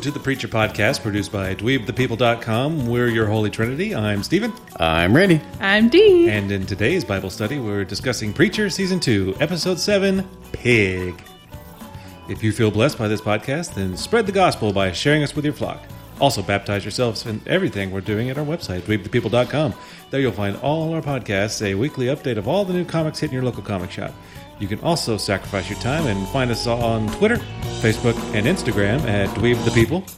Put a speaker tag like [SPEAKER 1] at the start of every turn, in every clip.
[SPEAKER 1] to the Preacher Podcast, produced by dweebthepeople.com. We're your Holy Trinity. I'm Stephen.
[SPEAKER 2] I'm ready.
[SPEAKER 3] I'm Dee.
[SPEAKER 1] And in today's Bible study, we're discussing Preacher Season 2, Episode 7 Pig. If you feel blessed by this podcast, then spread the gospel by sharing us with your flock. Also, baptize yourselves in everything we're doing at our website, dweebthepeople.com. There you'll find all our podcasts, a weekly update of all the new comics hitting your local comic shop. You can also sacrifice your time and find us on Twitter, Facebook, and Instagram at dweebthepeople.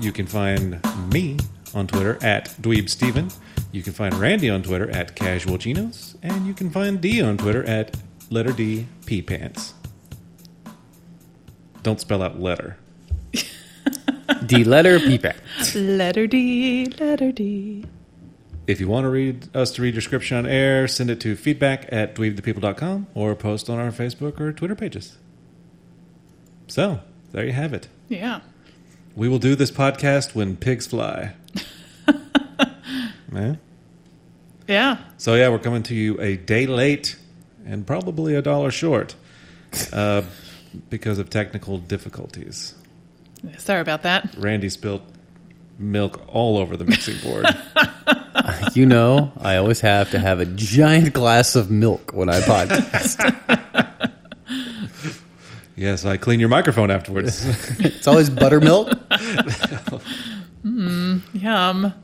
[SPEAKER 1] You can find me on Twitter at dweebsteven. You can find Randy on Twitter at casualgenos. And you can find D on Twitter at letter D P pants. Don't spell out letter.
[SPEAKER 2] The letter P back.
[SPEAKER 3] Letter D, letter D.
[SPEAKER 1] If you want to read us to read your scripture on air, send it to feedback at dweebthepeople.com or post on our Facebook or Twitter pages. So, there you have it.
[SPEAKER 3] Yeah.
[SPEAKER 1] We will do this podcast when pigs fly. Eh?
[SPEAKER 3] Yeah.
[SPEAKER 1] So, yeah, we're coming to you a day late and probably a dollar short uh, because of technical difficulties.
[SPEAKER 3] Sorry about that.
[SPEAKER 1] Randy spilled milk all over the mixing board.
[SPEAKER 2] You know, I always have to have a giant glass of milk when I podcast.
[SPEAKER 1] yes, I clean your microphone afterwards.
[SPEAKER 2] it's always buttermilk.
[SPEAKER 3] Yum.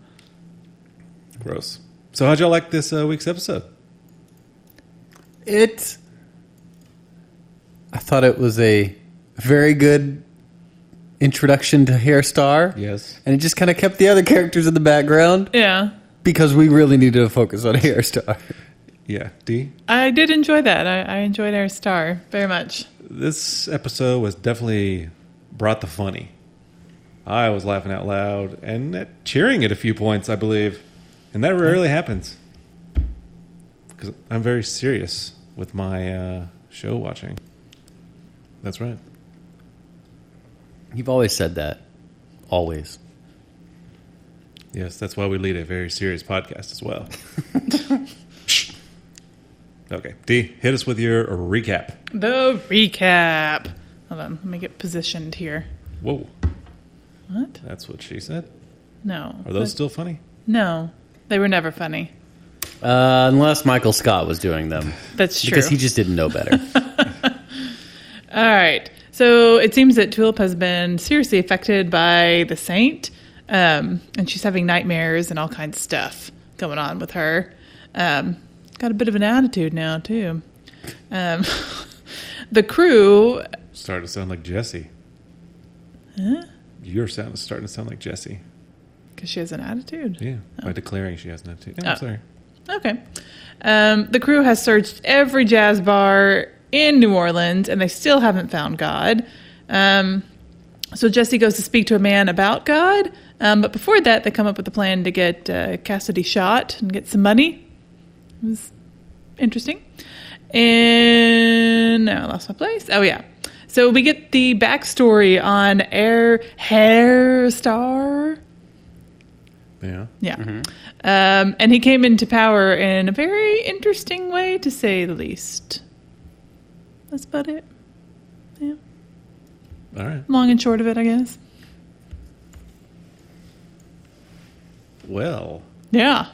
[SPEAKER 1] Gross. So, how'd y'all like this uh, week's episode?
[SPEAKER 2] It. I thought it was a very good introduction to Hairstar.
[SPEAKER 1] Yes.
[SPEAKER 2] And it just kind of kept the other characters in the background
[SPEAKER 3] Yeah.
[SPEAKER 2] because we really needed to focus on Hairstar.
[SPEAKER 1] Yeah. D?
[SPEAKER 3] I did enjoy that. I, I enjoyed our star very much.
[SPEAKER 1] This episode was definitely brought the funny. I was laughing out loud and at- cheering at a few points, I believe. And that rarely happens. Because I'm very serious with my uh, show watching. That's right.
[SPEAKER 2] You've always said that. Always.
[SPEAKER 1] Yes, that's why we lead a very serious podcast as well. okay. D, hit us with your recap.
[SPEAKER 3] The recap. Hold on. Let me get positioned here.
[SPEAKER 1] Whoa.
[SPEAKER 3] What?
[SPEAKER 1] That's what she said.
[SPEAKER 3] No.
[SPEAKER 1] Are those still funny?
[SPEAKER 3] No. They were never funny.
[SPEAKER 2] Uh, unless Michael Scott was doing them
[SPEAKER 3] That's true.
[SPEAKER 2] because he just didn't know better.
[SPEAKER 3] All right. So it seems that Tulip has been seriously affected by the saint, um, and she's having nightmares and all kinds of stuff going on with her. Um, got a bit of an attitude now, too. Um, the crew,
[SPEAKER 1] Starting to sound like Jesse. Your sound is starting to sound like Jesse.
[SPEAKER 3] because she has an attitude.
[SPEAKER 1] Yeah. By declaring she has an attitude. Yeah, I'm
[SPEAKER 3] Oh.
[SPEAKER 1] sorry.
[SPEAKER 3] Okay. Um, the crew has searched every jazz bar in New Orleans, and they still haven't found God. Um, so Jesse goes to speak to a man about God, um, but before that, they come up with a plan to get uh, Cassidy shot and get some money. It was interesting. And now I lost my place. Oh yeah. So we get the backstory on Air Hair Star.
[SPEAKER 1] Yeah.
[SPEAKER 3] Yeah. Um, and he came into power in a very interesting way, to say the least. That's about it. Yeah.
[SPEAKER 1] All right.
[SPEAKER 3] Long and short of it, I guess.
[SPEAKER 1] Well,
[SPEAKER 3] Yeah.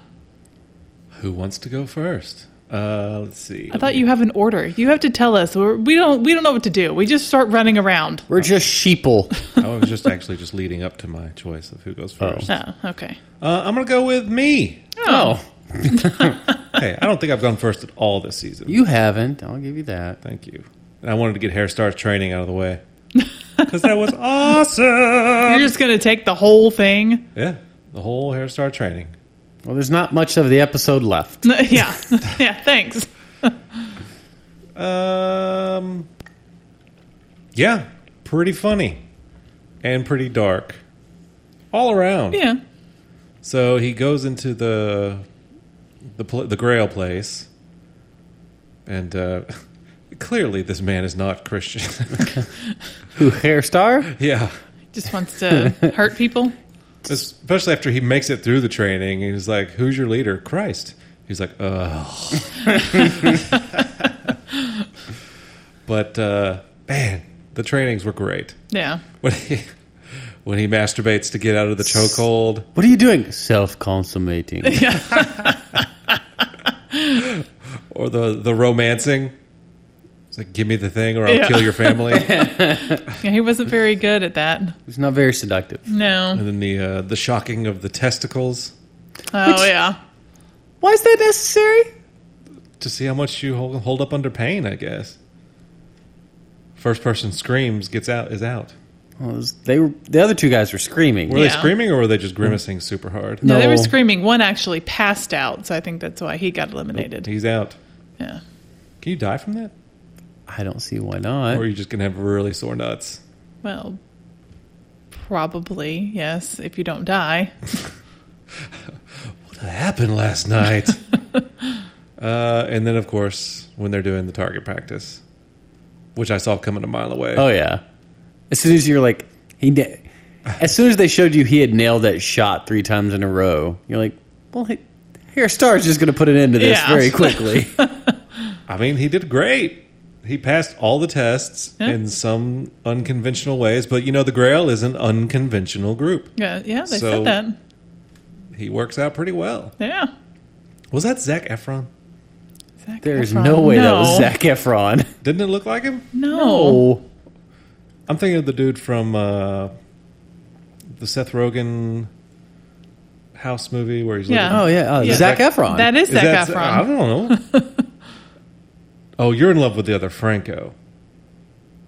[SPEAKER 1] who wants to go first? Uh, let's see.
[SPEAKER 3] I thought you have an order. You have to tell us. We're, we don't. We don't know what to do. We just start running around.
[SPEAKER 2] We're just sheeple.
[SPEAKER 1] I was just actually just leading up to my choice of who goes first.
[SPEAKER 3] Oh, okay.
[SPEAKER 1] Uh, I'm going to go with me.
[SPEAKER 3] Oh,
[SPEAKER 1] Hey, I don't think I've gone first at all this season.
[SPEAKER 2] You haven't. I'll give you that.
[SPEAKER 1] Thank you. And I wanted to get Hair Stars training out of the way. Because that was awesome.
[SPEAKER 3] you're just gonna take the whole thing.
[SPEAKER 1] Yeah. The whole Hair Star training.
[SPEAKER 2] Well, there's not much of the episode left.
[SPEAKER 3] No, yeah. yeah. Thanks.
[SPEAKER 1] Um, yeah, pretty funny and pretty dark all around.
[SPEAKER 3] Yeah.
[SPEAKER 1] So he goes into the the pl- the Grail place, and uh, clearly this man is not Christian.
[SPEAKER 2] Who Hairstar?
[SPEAKER 1] yeah,
[SPEAKER 3] Just wants to hurt people.
[SPEAKER 1] especially after he makes it through the training, he's like, "Who's your leader?" Christ. He's like, "Ugh." but uh, man, the trainings were great.
[SPEAKER 3] Yeah.
[SPEAKER 1] when he when he masturbates to get out of the chokehold.
[SPEAKER 2] What are you doing? Self consummating.
[SPEAKER 1] or the the romancing. It's like, give me the thing, or I'll
[SPEAKER 3] Yeah.
[SPEAKER 1] kill your family. and
[SPEAKER 3] Yeah, he wasn't very good at that.
[SPEAKER 2] it's not very seductive.
[SPEAKER 3] No.
[SPEAKER 1] then the uh, the shocking of the testicles
[SPEAKER 3] Oh
[SPEAKER 2] Which-
[SPEAKER 3] yeah.
[SPEAKER 2] Why is that necessary?
[SPEAKER 1] to see how much you hold, hold up under pain. I guess. First person screams gets out is out.
[SPEAKER 2] Well, it was- they were the other two guys were screaming.
[SPEAKER 1] Were they
[SPEAKER 3] Yeah.
[SPEAKER 1] screaming or were they just grimacing super hard?
[SPEAKER 3] No, they were
[SPEAKER 2] No.
[SPEAKER 3] screaming. One actually passed out, so I think that's why he got eliminated.
[SPEAKER 1] He's out.
[SPEAKER 3] Yeah.
[SPEAKER 1] Can you die from that,
[SPEAKER 2] I don't see why not.
[SPEAKER 1] or are you just gonna have really sore nuts?
[SPEAKER 3] Well, probably yes. If you don't die,
[SPEAKER 1] What happened last night? uh, and then, of course, when they're doing the target practice, which I saw coming a mile away.
[SPEAKER 2] Oh yeah. As soon as you're like he, na- as soon as they showed you he had nailed that shot three times in a row, you're like, well, he, here Star's just going to put an end to this
[SPEAKER 3] Yeah.
[SPEAKER 2] very quickly.
[SPEAKER 1] I mean, he did great. He passed all the tests
[SPEAKER 3] Yeah.
[SPEAKER 1] in some unconventional ways, but you know, the Grail is an unconventional group.
[SPEAKER 3] yeah, yeah. They
[SPEAKER 1] So-
[SPEAKER 3] said that.
[SPEAKER 1] He works out pretty well.
[SPEAKER 3] Yeah.
[SPEAKER 1] Was that Zach Efron?
[SPEAKER 3] Zac
[SPEAKER 2] There's
[SPEAKER 3] Efron.
[SPEAKER 2] no way that was
[SPEAKER 3] No. Oh.
[SPEAKER 2] Zac Efron.
[SPEAKER 1] Didn't it look like him?
[SPEAKER 3] No.
[SPEAKER 1] I'm thinking of the dude from uh, the Seth Rogen house movie where he's
[SPEAKER 3] Yeah.
[SPEAKER 2] Oh yeah, uh,
[SPEAKER 3] Yeah.
[SPEAKER 2] Zac Efron.
[SPEAKER 3] That is
[SPEAKER 1] Is
[SPEAKER 3] Zac
[SPEAKER 1] that- I
[SPEAKER 3] Efron.
[SPEAKER 1] don't know. oh, you're in love with the other Franco.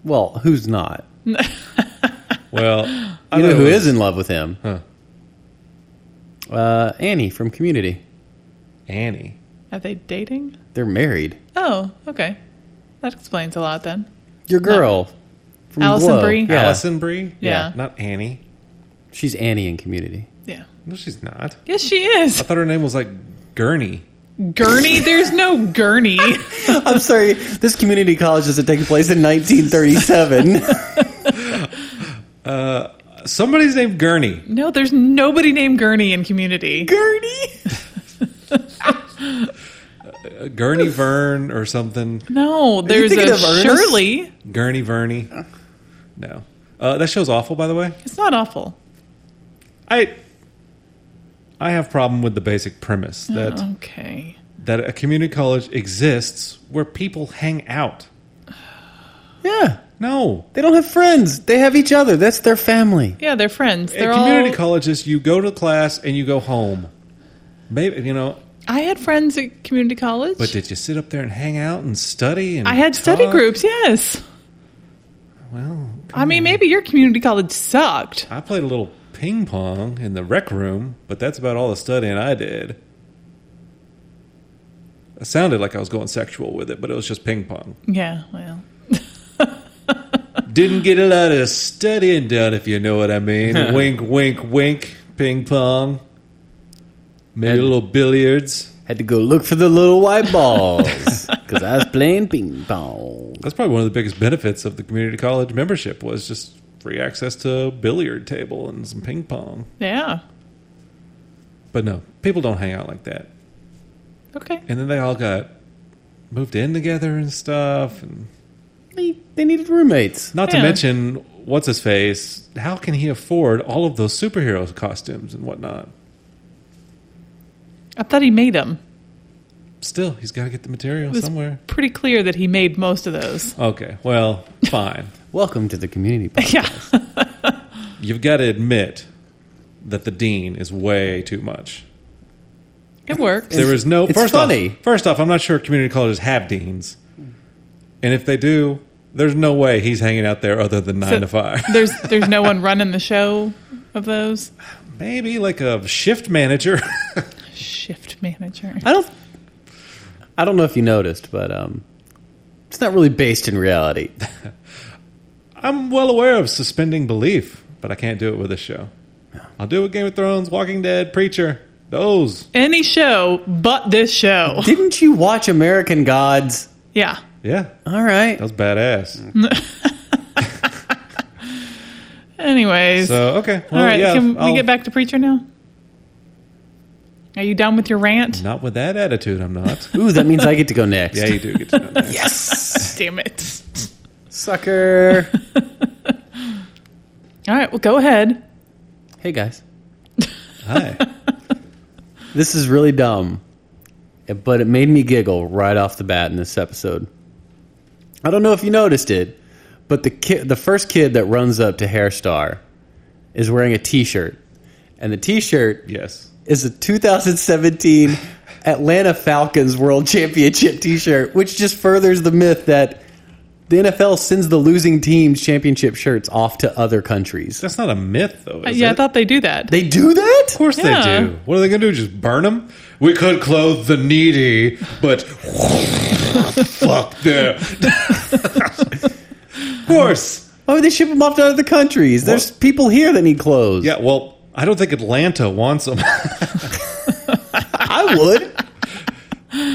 [SPEAKER 2] well, who's not?
[SPEAKER 1] Well, I
[SPEAKER 2] You know
[SPEAKER 1] thought it
[SPEAKER 2] who
[SPEAKER 1] was-
[SPEAKER 2] is in love with him?
[SPEAKER 1] Huh.
[SPEAKER 2] Uh, Annie from Community.
[SPEAKER 1] Annie.
[SPEAKER 3] Are they dating?
[SPEAKER 2] They're married.
[SPEAKER 3] Oh, okay. That explains a lot then.
[SPEAKER 2] Your girl. From
[SPEAKER 3] Allison
[SPEAKER 2] Glow.
[SPEAKER 3] Brie?
[SPEAKER 2] Yeah.
[SPEAKER 1] Allison Brie?
[SPEAKER 3] Yeah.
[SPEAKER 1] Not Annie.
[SPEAKER 2] She's Annie in Community.
[SPEAKER 3] Yeah.
[SPEAKER 1] No, she's not.
[SPEAKER 3] Yes, she is.
[SPEAKER 1] I thought her name was like Gurney.
[SPEAKER 3] Gurney? There's no Gurney.
[SPEAKER 2] I'm sorry. This community college doesn't take place in 1937.
[SPEAKER 1] Somebody's named Gurney.
[SPEAKER 3] No, there's nobody named Gurney in Community.
[SPEAKER 2] Gurney.
[SPEAKER 1] Uh, Gurney Vern or something.
[SPEAKER 3] No, there's
[SPEAKER 2] thinking
[SPEAKER 3] a
[SPEAKER 2] of Ernest?
[SPEAKER 3] Shirley.
[SPEAKER 1] Gurney Vernie. No. Uh, that show's awful, by the way.
[SPEAKER 3] It's not awful.
[SPEAKER 1] I I have problem with the basic premise that
[SPEAKER 3] Okay.
[SPEAKER 1] that a community college exists where people hang out.
[SPEAKER 2] Yeah.
[SPEAKER 1] No.
[SPEAKER 2] They don't have friends. They have each other. That's their family.
[SPEAKER 3] Yeah, they're friends. They're
[SPEAKER 1] At community
[SPEAKER 3] all.
[SPEAKER 1] colleges, you go to class and you go home. Maybe you know,
[SPEAKER 3] I had friends at community college.
[SPEAKER 1] but did you sit up there and hang out and study? And
[SPEAKER 3] I had study
[SPEAKER 1] talk?
[SPEAKER 3] groups. Yes.
[SPEAKER 1] Well,
[SPEAKER 3] I mean, maybe your community college sucked.
[SPEAKER 1] I played a little ping pong in the rec room, but that's about all the studying I did. It sounded like I was going sexual with it, but it was just ping pong.
[SPEAKER 3] Yeah. Well.
[SPEAKER 1] Didn't get a lot of studying done, if you know what I mean. wink, wink, wink. Ping pong. Maybe a
[SPEAKER 2] And-
[SPEAKER 1] little billiards.
[SPEAKER 2] Had to go look for the little white balls because I was playing ping pong.
[SPEAKER 1] That's probably one of the biggest benefits of the community college membership was just free access to a billiard table and some ping pong.
[SPEAKER 3] Yeah.
[SPEAKER 1] But no, people don't hang out like that.
[SPEAKER 3] Okay.
[SPEAKER 1] And then they all got moved in together and stuff. And
[SPEAKER 2] They, they needed roommates.
[SPEAKER 1] not to
[SPEAKER 3] Yeah.
[SPEAKER 1] mention, what's his face? How can he afford all of those superhero costumes and whatnot?
[SPEAKER 3] I thought he made them.
[SPEAKER 1] Still, he's got to get the material
[SPEAKER 3] was-
[SPEAKER 1] somewhere.
[SPEAKER 3] Pretty clear that he made most of those.
[SPEAKER 1] Okay, well, fine.
[SPEAKER 2] Welcome to the community. pod.
[SPEAKER 3] Yeah.
[SPEAKER 1] You've got to admit that the dean is way too much.
[SPEAKER 3] It works.
[SPEAKER 1] There is no
[SPEAKER 2] It's
[SPEAKER 1] first
[SPEAKER 2] funny.
[SPEAKER 1] off. First off, I'm not sure community colleges have deans, and if they do, there's no way he's hanging out there other than nine to five.
[SPEAKER 3] there's there's no one running the show of those.
[SPEAKER 1] Maybe like a shift manager.
[SPEAKER 3] Shift manager.
[SPEAKER 2] I don't. I don't know if you noticed, but um, it's not really based in reality.
[SPEAKER 1] I'm well aware of suspending belief, but I can't do it with this show. I'll do it with Game of Thrones, Walking Dead, Preacher. Those,
[SPEAKER 3] Any show but this show.
[SPEAKER 2] Didn't you watch American Gods?
[SPEAKER 3] Yeah.
[SPEAKER 1] yeah,
[SPEAKER 2] All right.
[SPEAKER 1] that was badass.
[SPEAKER 3] Mm. Anyways.
[SPEAKER 1] So okay, well,
[SPEAKER 3] All right.
[SPEAKER 1] yeah,
[SPEAKER 3] can we
[SPEAKER 1] I'll-
[SPEAKER 3] get back to preacher now? Are you done with your rant?
[SPEAKER 1] Not with that attitude, I'm not.
[SPEAKER 2] Ooh, that means I get to go next.
[SPEAKER 1] yeah, you do get to know that.
[SPEAKER 2] Yes,
[SPEAKER 3] Damn it.
[SPEAKER 2] sucker.
[SPEAKER 3] All right. Well, go ahead.
[SPEAKER 2] Hey guys,
[SPEAKER 1] Hi.
[SPEAKER 2] this is really dumb, but it made me giggle right off the bat in this episode. I don't know if you noticed it, but the kid, the first kid that runs up to Hairstar, is wearing a T-shirt, and the T-shirt
[SPEAKER 1] yes.
[SPEAKER 2] is a 2017 Atlanta Falcons World Championship T-shirt, which just furthers the myth that the NFL sends the losing team's championship shirts off to other countries.
[SPEAKER 1] That's not a myth, though. Is
[SPEAKER 3] yeah,
[SPEAKER 1] it?
[SPEAKER 3] I thought they do that.
[SPEAKER 2] They do that?
[SPEAKER 1] Of course
[SPEAKER 3] Yeah.
[SPEAKER 1] they do. What are they going to do? Just burn them? We could clothe the needy, but fuck them. of course.
[SPEAKER 2] Why would Oh, they ship them off to other countries? There's people here that need clothes.
[SPEAKER 1] Yeah. Well, I don't think Atlanta wants them.
[SPEAKER 2] I would.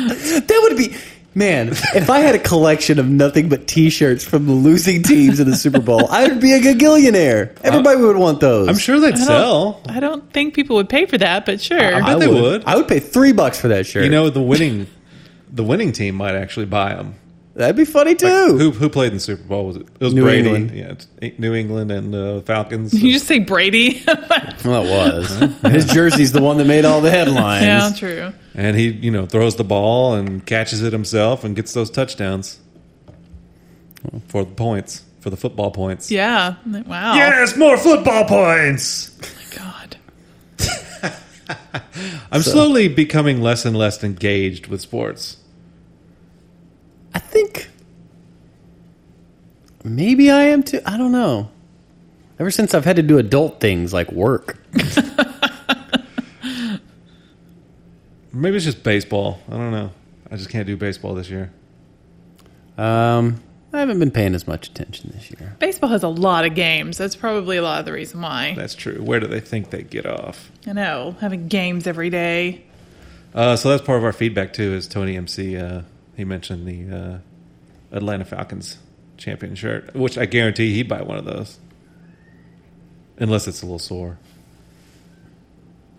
[SPEAKER 2] that would be. Man, if I had a collection of nothing but T-shirts from the losing teams in the Super Bowl, I would be a gagillionaire. Everybody would want those.
[SPEAKER 1] Uh, I'm sure they'd
[SPEAKER 3] I don't-
[SPEAKER 1] sell.
[SPEAKER 3] I don't think people would pay for that, but sure.
[SPEAKER 1] I bet they would.
[SPEAKER 2] I would pay three bucks for that shirt.
[SPEAKER 1] You know, the winning, the winning team might actually buy them.
[SPEAKER 2] that'd be funny too.
[SPEAKER 1] Who who played in the Super Bowl? Was it? It was
[SPEAKER 2] New
[SPEAKER 1] Brady.
[SPEAKER 2] England.
[SPEAKER 1] Yeah, it's New England and uh, Falcons.
[SPEAKER 3] you just say Brady.
[SPEAKER 2] well, it was his jersey's the one that made all the headlines.
[SPEAKER 3] yeah, true.
[SPEAKER 1] and he, you know, throws the ball and catches it himself and gets those touchdowns for the points for the football points.
[SPEAKER 3] Yeah. Wow.
[SPEAKER 1] Yes, more football points.
[SPEAKER 3] God.
[SPEAKER 1] I'm slowly becoming less and less engaged with sports.
[SPEAKER 2] I think maybe I am too. I don't know. Ever since I've had to do adult things like work,
[SPEAKER 1] Maybe it's just baseball. I don't know. I just can't do baseball this year.
[SPEAKER 2] um, I haven't been paying as much attention this year.
[SPEAKER 3] Baseball has a lot of games. That's probably a lot of the reason why.
[SPEAKER 1] That's true. Where do they think they get off?
[SPEAKER 3] I know. Having games every day.
[SPEAKER 1] Uh, so that's part of our feedback too. Is Tony MC? Uh, he mentioned the uh, Atlanta Falcons champion shirt, which I guarantee he'd buy one of those, unless it's a little sore.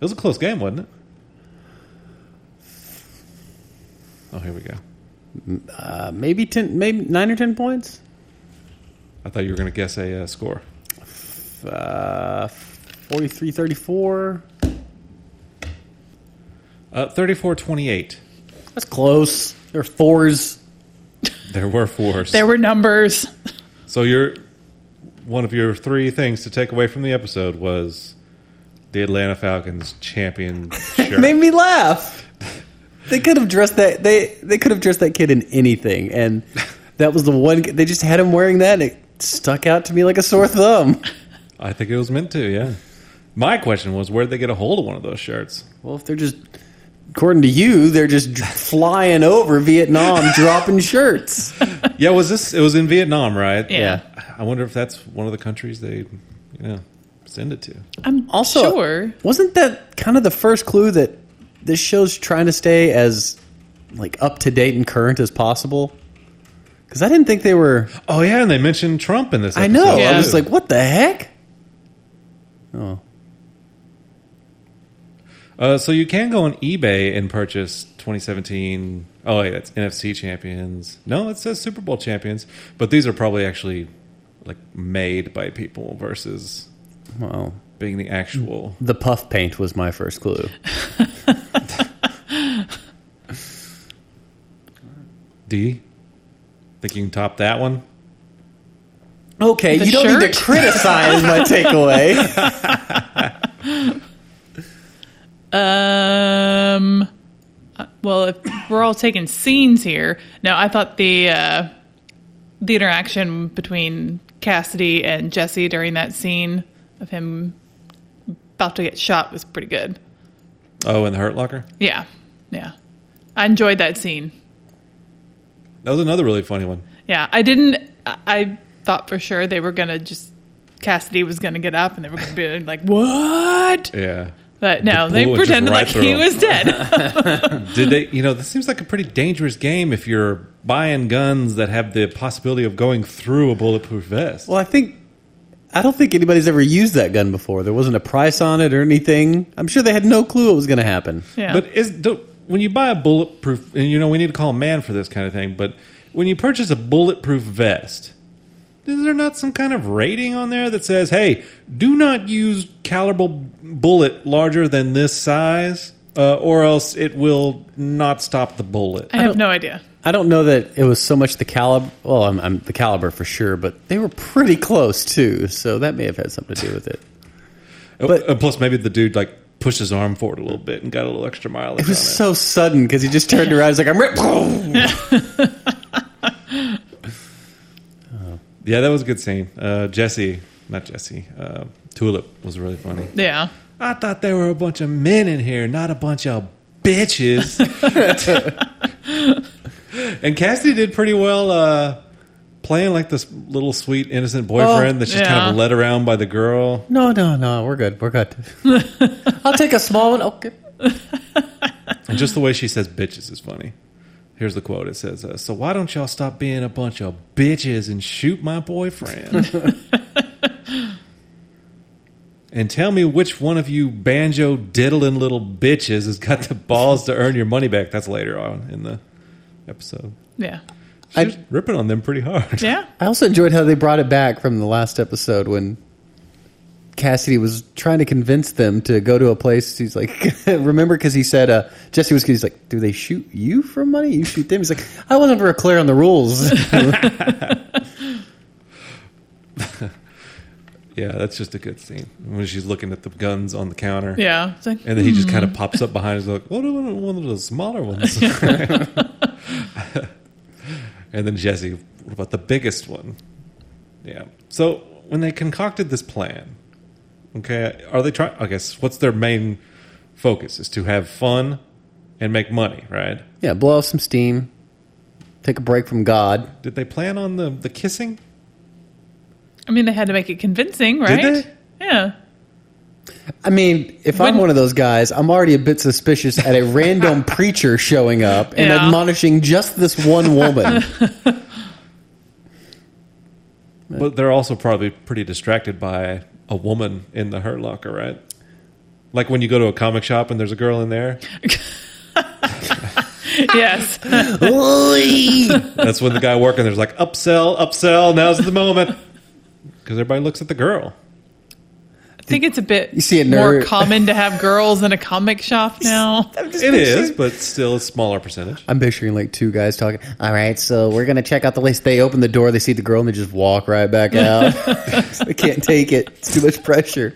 [SPEAKER 1] It was a close game, wasn't it? Oh, here we go.
[SPEAKER 2] Uh, maybe ten, maybe nine or ten points.
[SPEAKER 1] I thought you were going to guess a uh, score.
[SPEAKER 2] Uh, 43 34.
[SPEAKER 1] Uh, 34-28.
[SPEAKER 2] That's close. There are fours.
[SPEAKER 1] There were fours.
[SPEAKER 3] There were numbers.
[SPEAKER 1] so your one of your three things to take away from the episode was the Atlanta Falcons champion shirt.
[SPEAKER 2] made me laugh. They could have dressed that they they could have dressed that kid in anything, and that was the one they just had him wearing that. and It stuck out to me like a sore thumb.
[SPEAKER 1] I think it was meant to, yeah. My question was, where'd they get a hold of one of those shirts?
[SPEAKER 2] Well, if they're just according to you, they're just dr- flying over Vietnam, dropping shirts.
[SPEAKER 1] Yeah, was this? It was in Vietnam, right?
[SPEAKER 3] Yeah.
[SPEAKER 1] I wonder if that's one of the countries they, you know, send it to.
[SPEAKER 3] I'm
[SPEAKER 2] Also,
[SPEAKER 3] sure.
[SPEAKER 2] wasn't that kind of the first clue that this show's trying to stay as like up to date and current as possible? Because I didn't think they were.
[SPEAKER 1] Oh yeah, and they mentioned Trump in this.
[SPEAKER 2] I know.
[SPEAKER 1] episode,
[SPEAKER 2] I
[SPEAKER 3] Yeah.
[SPEAKER 2] was like, what the heck? Oh.
[SPEAKER 1] Uh, so you can go on eBay and purchase 2017. Oh, wait, that's NFC champions. No, it says Super Bowl champions, but these are probably actually like made by people versus
[SPEAKER 2] Well,
[SPEAKER 1] being the actual.
[SPEAKER 2] the puff paint was my first clue.
[SPEAKER 1] D. Think you can top that one?
[SPEAKER 2] Okay,
[SPEAKER 3] The
[SPEAKER 2] you don't need to
[SPEAKER 3] shirt?
[SPEAKER 2] criticize my takeaway.
[SPEAKER 3] Um, uh, well, if we're all taking scenes here. No, I thought the uh, the interaction between Cassidy and Jesse during that scene of him about to get shot was pretty good.
[SPEAKER 1] Oh, in the Hurt Locker.
[SPEAKER 3] Yeah, yeah, I enjoyed that scene.
[SPEAKER 1] That was another really funny one.
[SPEAKER 3] Yeah, I didn't. I- I thought for sure they were gonna just Cassidy was gonna get up and they were gonna be like, "What?"
[SPEAKER 1] Yeah.
[SPEAKER 3] But no,
[SPEAKER 1] The
[SPEAKER 3] they
[SPEAKER 1] bullet just
[SPEAKER 3] pretended
[SPEAKER 1] right
[SPEAKER 3] like he
[SPEAKER 1] through him.
[SPEAKER 3] was dead.
[SPEAKER 1] Did they? You know, this seems like a pretty dangerous game if you're buying guns that have the possibility of going through a bulletproof vest.
[SPEAKER 2] well, I think I don't think anybody's ever used that gun before. There wasn't a price on it or anything. I'm sure they had no clue it was going to happen.
[SPEAKER 3] Yeah.
[SPEAKER 1] But is do, when you buy a bulletproof, and you know, we need to call a man for this kind of thing. But when you purchase a bulletproof vest, Is there not some kind of rating on there that says, "Hey, do not use caliber bullet larger than this size, uh, or else it will not stop the bullet"?
[SPEAKER 3] I have no idea.
[SPEAKER 2] I don't know that it was so much the caliber. Well, I'm, I'm the caliber for sure, but they were pretty close too, so that may have had something to do with it.
[SPEAKER 1] But,
[SPEAKER 2] But-
[SPEAKER 1] Uh, plus, maybe the dude like pushed his arm forward a little bit and got a little extra mileage.
[SPEAKER 2] It was
[SPEAKER 1] on it.
[SPEAKER 2] so sudden because he just turned around. He's like, "I'm ripped."
[SPEAKER 1] Yeah, that was a good scene. Uh, Jesse, not Jesse, uh, Tulip was really funny.
[SPEAKER 3] Yeah.
[SPEAKER 1] I thought there were a bunch of men in here, not a bunch of bitches. and Cassidy did pretty well uh, playing like this little sweet innocent boyfriend
[SPEAKER 2] Oh,
[SPEAKER 1] that she's kind of
[SPEAKER 3] yeah.
[SPEAKER 1] led around by the girl.
[SPEAKER 2] No, no, no. We're good. We're good. I'll take a small one. Okay.
[SPEAKER 1] And just the way she says bitches is funny. Here's the quote. It says, uh, "So why don't y'all stop being a bunch of bitches and shoot my boyfriend?" and tell me which one of you banjo diddling little bitches has got the balls to earn your money back. That's later on in the episode.
[SPEAKER 3] Yeah.
[SPEAKER 1] She's
[SPEAKER 2] I-
[SPEAKER 1] ripping on them pretty hard.
[SPEAKER 3] Yeah.
[SPEAKER 2] I also enjoyed how they brought it back from the last episode when Cassidy was trying to convince them to go to a place. He's like, remember, because he said, uh, Jesse was, he's like, do they shoot you for money? You shoot them? He's like, I wasn't real clear on the rules.
[SPEAKER 1] Yeah, that's just a good scene when she's looking at the guns on the counter.
[SPEAKER 3] Yeah. It's like,
[SPEAKER 1] And then he just kind of pops up behind us, like, what one one of those smaller ones? and then Jesse, what about the biggest one? Yeah. So when they concocted this plan, okay, are they trying? I guess what's their main focus is to have fun and make money, right?
[SPEAKER 2] yeah, blow off some steam, take a break from God.
[SPEAKER 1] Did they plan on the the kissing?
[SPEAKER 3] I mean, they had to make it convincing, right? Yeah.
[SPEAKER 2] I mean, if I'm
[SPEAKER 3] When-
[SPEAKER 2] one of those guys, I'm already a bit suspicious at a random preacher showing up and
[SPEAKER 3] Yeah.
[SPEAKER 2] admonishing just this one woman.
[SPEAKER 1] But they're also probably pretty distracted by a woman in the Hurt Locker, right? Like when you go to a comic shop and there's a girl in there,
[SPEAKER 3] yes.
[SPEAKER 1] That's when the guy working there's like upsell, upsell. Now's the moment because everybody looks at the girl.
[SPEAKER 3] I think it's a bit
[SPEAKER 2] You see a
[SPEAKER 3] more
[SPEAKER 2] nerd-
[SPEAKER 3] common to have girls in a comic shop now.
[SPEAKER 1] It is, but still a smaller percentage.
[SPEAKER 2] I'm picturing like two guys talking. All right, so we're gonna check out the list. They open the door, they see the girl, and they just walk right back out. they can't take it; it's too much pressure.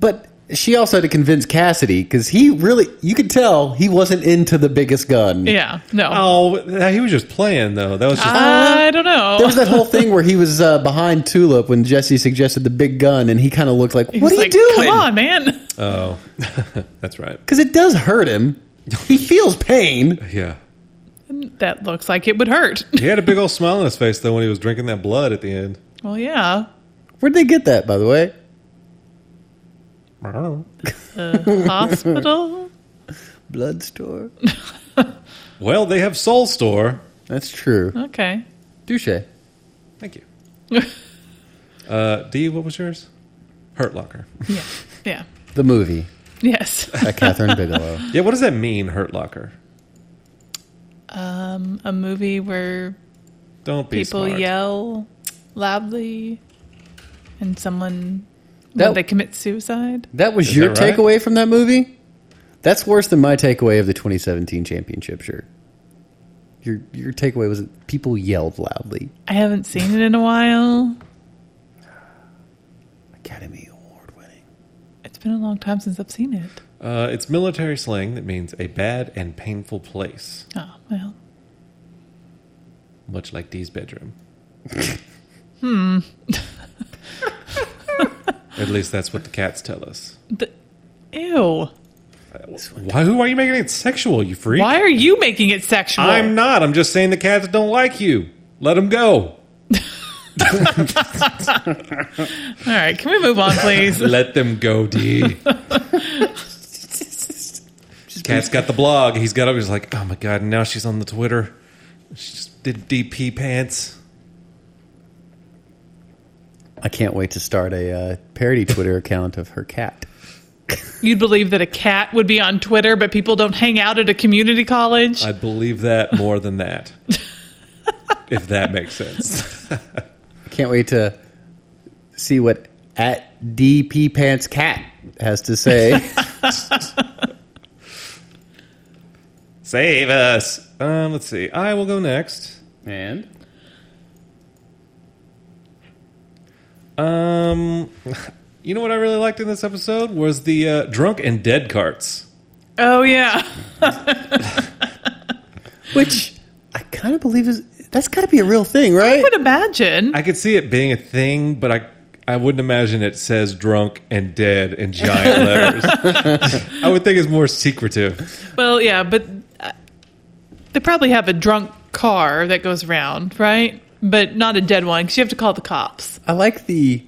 [SPEAKER 2] But she also had to convince Cassidy because he really—you could tell—he wasn't into the biggest gun.
[SPEAKER 3] Yeah. No.
[SPEAKER 1] Oh, he was just playing though. That was just
[SPEAKER 3] I don't
[SPEAKER 2] There
[SPEAKER 3] know.
[SPEAKER 2] was that whole thing where he was uh, behind Tulip when Jesse suggested the big gun, and he kind of looked like, "What
[SPEAKER 3] He's
[SPEAKER 2] are
[SPEAKER 3] like,
[SPEAKER 2] you doing?"
[SPEAKER 3] Come on, man.
[SPEAKER 1] oh, that's right.
[SPEAKER 2] Because it does hurt him. He feels pain.
[SPEAKER 1] Yeah,
[SPEAKER 3] That looks like it would hurt.
[SPEAKER 1] he had a big old smile on his face though when he was drinking that blood at the end.
[SPEAKER 3] Well, yeah.
[SPEAKER 2] Where'd they get that, by the way?
[SPEAKER 1] I don't know.
[SPEAKER 3] Hospital.
[SPEAKER 2] Blood store.
[SPEAKER 1] Well, they have Soul Store.
[SPEAKER 2] That's true.
[SPEAKER 3] Okay.
[SPEAKER 2] Douche.
[SPEAKER 1] Thank you. Uh, D, what was yours? Hurt Locker.
[SPEAKER 3] Yeah. Yeah.
[SPEAKER 2] The movie
[SPEAKER 3] Yes.
[SPEAKER 2] by Catherine Bigelow.
[SPEAKER 1] Yeah, what does that mean? Hurt Locker.
[SPEAKER 3] Um, a movie where
[SPEAKER 1] Don't be
[SPEAKER 3] people
[SPEAKER 1] smart.
[SPEAKER 3] yell loudly and someone
[SPEAKER 2] That-
[SPEAKER 3] they commit suicide.
[SPEAKER 2] That was
[SPEAKER 1] Is
[SPEAKER 2] your
[SPEAKER 1] that right?
[SPEAKER 2] takeaway from that movie? That's worse than my takeaway of the 2017 championship shirt. Your your takeaway was that people yelled loudly.
[SPEAKER 3] I haven't seen it in a while.
[SPEAKER 2] Academy Award winning.
[SPEAKER 3] It's been a long time since I've seen it.
[SPEAKER 1] Uh, it's military slang that means a bad and painful place.
[SPEAKER 3] Oh well.
[SPEAKER 1] much like Dee's bedroom. hmm. At least that's what the cats tell us.
[SPEAKER 3] The, ew.
[SPEAKER 1] Why? Who are you making it sexual? You freak!
[SPEAKER 3] Why are you making it sexual?
[SPEAKER 1] I'm not. I'm just saying the cats don't like you. Let them go.
[SPEAKER 3] All right, can we move on, please?
[SPEAKER 1] Let them go, Dee. Cat's got the blog. He's got up. He's like, oh my god! Now she's on the Twitter. She just did DP pants.
[SPEAKER 2] I can't wait to start a uh, parody Twitter account of her cat.
[SPEAKER 3] You'd believe that a cat would be on Twitter, but people don't hang out at a community college.
[SPEAKER 1] I believe that more than that. if that makes sense.
[SPEAKER 2] Can't wait to see what at DP Pants Cat has to say.
[SPEAKER 1] Save us. Um, let's see. I will go next.
[SPEAKER 2] and
[SPEAKER 1] Um, you know what I really liked in this episode was the uh, drunk and dead carts.
[SPEAKER 3] Oh yeah.
[SPEAKER 2] which I kind of believe is that's got to be a real thing, right?
[SPEAKER 3] I would imagine.
[SPEAKER 1] I could see it being a thing, but I I wouldn't imagine it says drunk and dead in giant letters. I would think it's more secretive.
[SPEAKER 3] Well, yeah, but uh, they probably have a drunk car that goes around, right? But not a dead one because you have to call the cops.
[SPEAKER 2] I like the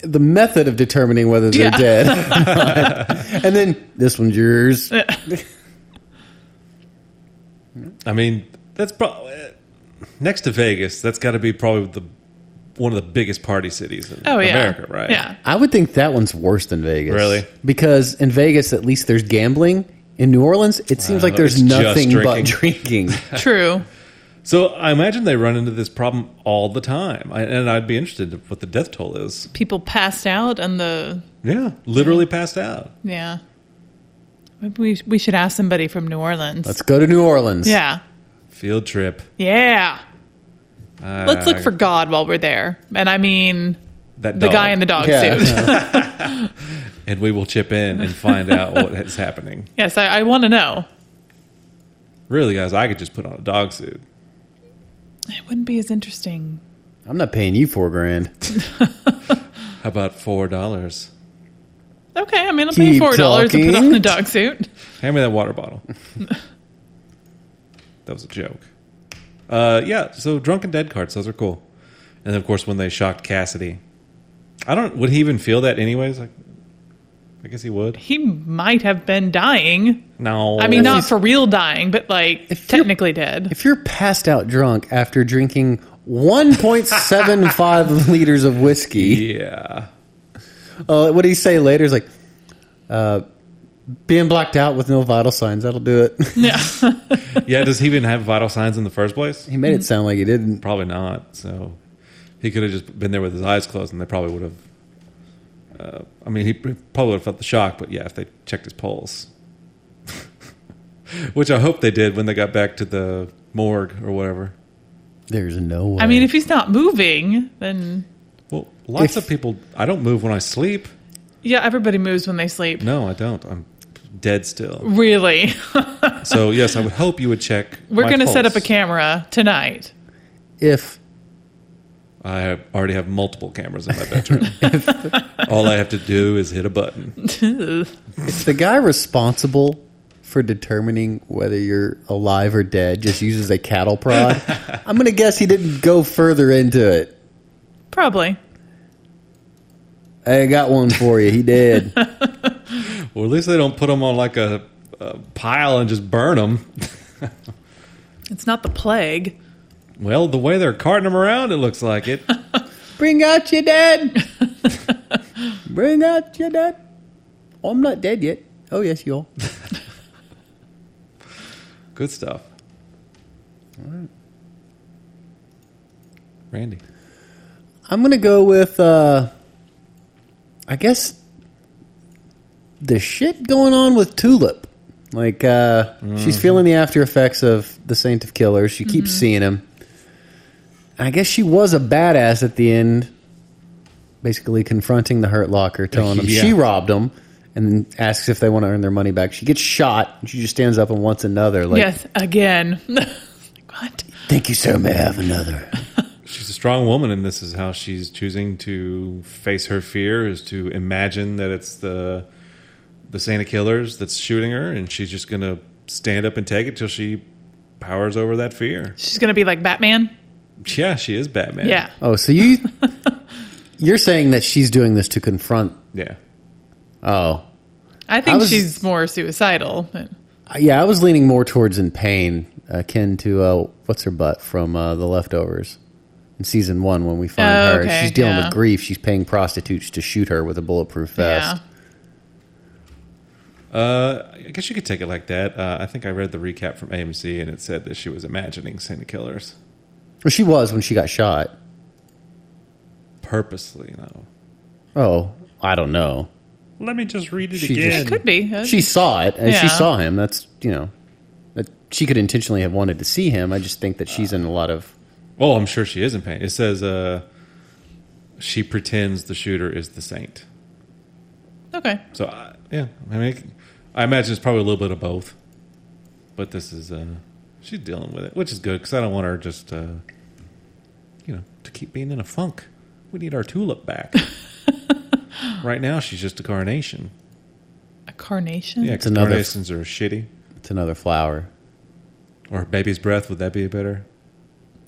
[SPEAKER 2] the method of determining whether they're
[SPEAKER 3] Yeah.
[SPEAKER 2] dead. and then this one's yours.
[SPEAKER 1] I mean, that's probably next to Vegas. That's got to be probably the one of the biggest party cities in
[SPEAKER 3] Oh yeah,
[SPEAKER 1] America, right?
[SPEAKER 3] Yeah,
[SPEAKER 2] I would think that one's worse than Vegas.
[SPEAKER 1] Really?
[SPEAKER 2] Because in Vegas, at least there's gambling. In New Orleans, it seems like
[SPEAKER 1] Uh,
[SPEAKER 2] there's
[SPEAKER 1] it's just
[SPEAKER 2] nothing but drinking.
[SPEAKER 3] true.
[SPEAKER 1] So I imagine they run into this problem all the time, I, and I'd be interested in what the death toll is.
[SPEAKER 3] People passed out on the
[SPEAKER 1] Yeah, literally passed out.
[SPEAKER 3] yeah. Maybe we we should ask somebody from New Orleans.
[SPEAKER 2] Let's go to New Orleans.
[SPEAKER 3] yeah,
[SPEAKER 1] Field trip.
[SPEAKER 3] yeah. Let's look
[SPEAKER 1] Uh,
[SPEAKER 3] for God while we're there, and I mean
[SPEAKER 1] that
[SPEAKER 3] the
[SPEAKER 1] dog,
[SPEAKER 3] guy in the dog
[SPEAKER 2] Yeah.
[SPEAKER 3] suit.
[SPEAKER 1] and we will chip in and find out what is happening.
[SPEAKER 3] yes, I, I want to know.
[SPEAKER 1] Really, guys, I could just put on a dog suit.
[SPEAKER 3] It wouldn't be as interesting.
[SPEAKER 2] I'm not paying you four grand.
[SPEAKER 1] How about four dollars?
[SPEAKER 3] Okay, I mean, I'll pay
[SPEAKER 2] Keep
[SPEAKER 3] four dollars to put
[SPEAKER 2] talking.
[SPEAKER 3] on the dog suit.
[SPEAKER 1] Hand me that water bottle. that was a joke. Uh, yeah, so drunken dead cards, those are cool. And of course, when they shocked Cassidy, I don't. Would he even feel that anyways? Like, I guess he would.
[SPEAKER 3] He might have been dying.
[SPEAKER 1] No,
[SPEAKER 3] I mean, not
[SPEAKER 2] he's-
[SPEAKER 3] for real dying, but like
[SPEAKER 2] If you're-
[SPEAKER 3] technically dead.
[SPEAKER 2] If you're passed out drunk after drinking 1.75 liters of whiskey,
[SPEAKER 1] Yeah,
[SPEAKER 2] uh, what do you say later? It's like, uh, being blacked out with no vital signs, that'll do it.
[SPEAKER 3] Yeah.
[SPEAKER 1] yeah. Does he even have vital signs in the first place?
[SPEAKER 2] he made
[SPEAKER 3] Mm-hmm.
[SPEAKER 2] it sound like he didn't.
[SPEAKER 1] Probably not. So he could have just been there with his eyes closed, and they probably would have. Uh, I mean, he probably would have felt the shock, but yeah, if they checked his pulse, which I hope they did when they got back to the morgue or whatever.
[SPEAKER 2] There's no way.
[SPEAKER 3] I mean, if he's not moving, then
[SPEAKER 1] Well, lots
[SPEAKER 2] If-
[SPEAKER 1] of people. I don't move when I sleep.
[SPEAKER 3] yeah, everybody moves when they sleep.
[SPEAKER 1] No, I don't. I'm dead still.
[SPEAKER 3] Really,
[SPEAKER 1] So yes, I would hope you would check.
[SPEAKER 3] we're
[SPEAKER 1] my
[SPEAKER 3] going to set up
[SPEAKER 1] pulse.
[SPEAKER 3] a camera tonight.
[SPEAKER 2] if
[SPEAKER 1] I have- already have multiple cameras in my bedroom. All I have to do is hit a button.
[SPEAKER 2] If the guy responsible for determining whether you're alive or dead just uses a cattle prod, I'm going to guess he didn't go further into it.
[SPEAKER 3] Probably.
[SPEAKER 2] I got one for you. He did.
[SPEAKER 1] Or at least they don't put them on like a, a pile and just burn them.
[SPEAKER 3] It's not the plague.
[SPEAKER 1] Well, the way they're carting them around, it looks like it.
[SPEAKER 2] Bring out your dead. Bring out your dead. Oh, I'm not dead yet. Oh, yes, you are.
[SPEAKER 1] Good stuff. Randy.
[SPEAKER 2] I'm going to go with, uh, I guess, the shit going on with Tulip. Like, uh, she's feeling the after effects of the Saint of Killers. She keeps seeing him. I guess she was a badass at the end, basically confronting the Hurt Locker, telling him
[SPEAKER 1] Yeah.
[SPEAKER 2] she robbed him, and asks if they want to earn their money back. She gets shot, and she just stands up and wants another. Like,
[SPEAKER 3] yes, again. what?
[SPEAKER 2] thank you, sir. May I have another?
[SPEAKER 1] She's a strong woman, and this is how she's choosing to face her fear: is to imagine that it's the the Santa killers that's shooting her, and she's just gonna stand up and take it till she powers over that fear.
[SPEAKER 3] She's going to be like Batman.
[SPEAKER 1] Yeah, she is Batman.
[SPEAKER 3] Yeah.
[SPEAKER 2] Oh, so you you're saying that she's doing this to confront?
[SPEAKER 1] yeah.
[SPEAKER 2] Oh,
[SPEAKER 3] I think
[SPEAKER 2] I was-
[SPEAKER 3] she's more suicidal.
[SPEAKER 2] Uh, Yeah, I was leaning more towards in pain, akin to uh, what's her butt from uh, The Leftovers in season one when we find
[SPEAKER 3] Oh,
[SPEAKER 2] her.
[SPEAKER 3] okay,
[SPEAKER 2] she's dealing
[SPEAKER 3] yeah.
[SPEAKER 2] with grief. She's paying prostitutes to shoot her with a bulletproof
[SPEAKER 3] Yeah.
[SPEAKER 2] vest.
[SPEAKER 1] Uh, I guess you could take it like that. Uh, I think I read the recap from AMC, and it said that she was imagining Santa killers.
[SPEAKER 2] Well, she was when she got shot.
[SPEAKER 1] Purposely, no.
[SPEAKER 2] Oh, I don't know.
[SPEAKER 1] Let me just read it
[SPEAKER 2] She
[SPEAKER 1] again.
[SPEAKER 2] just-
[SPEAKER 3] Could be. Uh,
[SPEAKER 2] She saw it, and she
[SPEAKER 3] Yeah.
[SPEAKER 2] saw him. That's you know, that she could intentionally have wanted to see him. I just think that she's in a lot of.
[SPEAKER 1] Oh, I'm sure she is in pain. It says uh, she pretends the shooter is the saint.
[SPEAKER 3] okay.
[SPEAKER 1] So I yeah, I mean, it- I imagine it's probably a little bit of both. But this is uh, she's dealing with it, which is good because I don't want her just uh, you know to keep being in a funk. We need our tulip back. right now, she's just a carnation.
[SPEAKER 3] A carnation.
[SPEAKER 1] Yeah,
[SPEAKER 2] It's
[SPEAKER 1] 'cause
[SPEAKER 2] another-
[SPEAKER 1] carnations are shitty.
[SPEAKER 2] It's another flower.
[SPEAKER 1] Or baby's breath would that be better?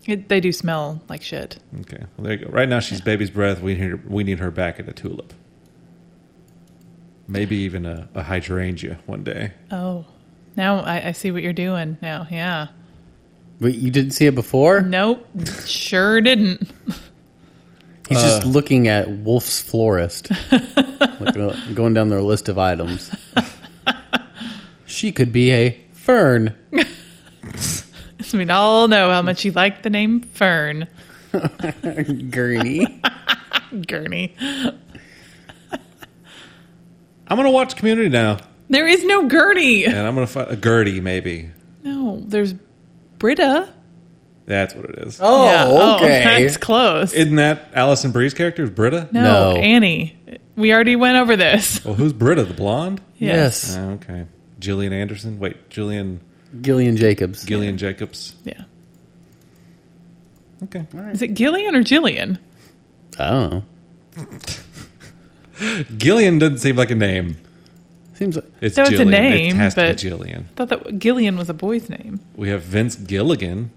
[SPEAKER 3] It, they do smell like shit.
[SPEAKER 1] Okay, well there you go. Right now, she's baby's breath. We need her, we need her back at a tulip. Maybe even a, a hydrangea one day.
[SPEAKER 3] Oh, now I, I see what you're doing. Now, yeah.
[SPEAKER 2] But you didn't see it before.
[SPEAKER 3] Nope. Sure didn't.
[SPEAKER 2] He's just looking at Wolf's florist, Looking- going down their list of items. she could be a fern.
[SPEAKER 3] We all know how much you like the name Fern
[SPEAKER 2] Gurney.
[SPEAKER 3] Gurney.
[SPEAKER 1] I'm gonna watch Community now.
[SPEAKER 3] There is no Gurney.
[SPEAKER 1] And I'm gonna find a Gertie, maybe.
[SPEAKER 3] No, there's Britta.
[SPEAKER 1] That's what it is.
[SPEAKER 2] Oh,
[SPEAKER 3] Yeah.
[SPEAKER 2] okay.
[SPEAKER 3] that's close.
[SPEAKER 1] Isn't that Allison Bree's character is Britta?
[SPEAKER 3] no,
[SPEAKER 2] No.
[SPEAKER 3] Annie. We already went over this.
[SPEAKER 1] Well, who's Britta? The blonde?
[SPEAKER 2] yes.
[SPEAKER 1] Oh, okay. Gillian Anderson. Wait, Gillian
[SPEAKER 2] Gillian Jacobs.
[SPEAKER 1] Gillian Jacobs.
[SPEAKER 3] Yeah.
[SPEAKER 1] Okay.
[SPEAKER 3] Is it Gillian or Jillian?
[SPEAKER 2] I don't know.
[SPEAKER 1] Gillian doesn't seem like a name.
[SPEAKER 2] Seems like
[SPEAKER 1] It's
[SPEAKER 3] No, it's a
[SPEAKER 1] Gillian.
[SPEAKER 3] name,
[SPEAKER 1] It has to
[SPEAKER 3] but-
[SPEAKER 1] be Gillian.
[SPEAKER 3] I thought that Gillian was a boy's name.
[SPEAKER 1] We have Vince Gilligan.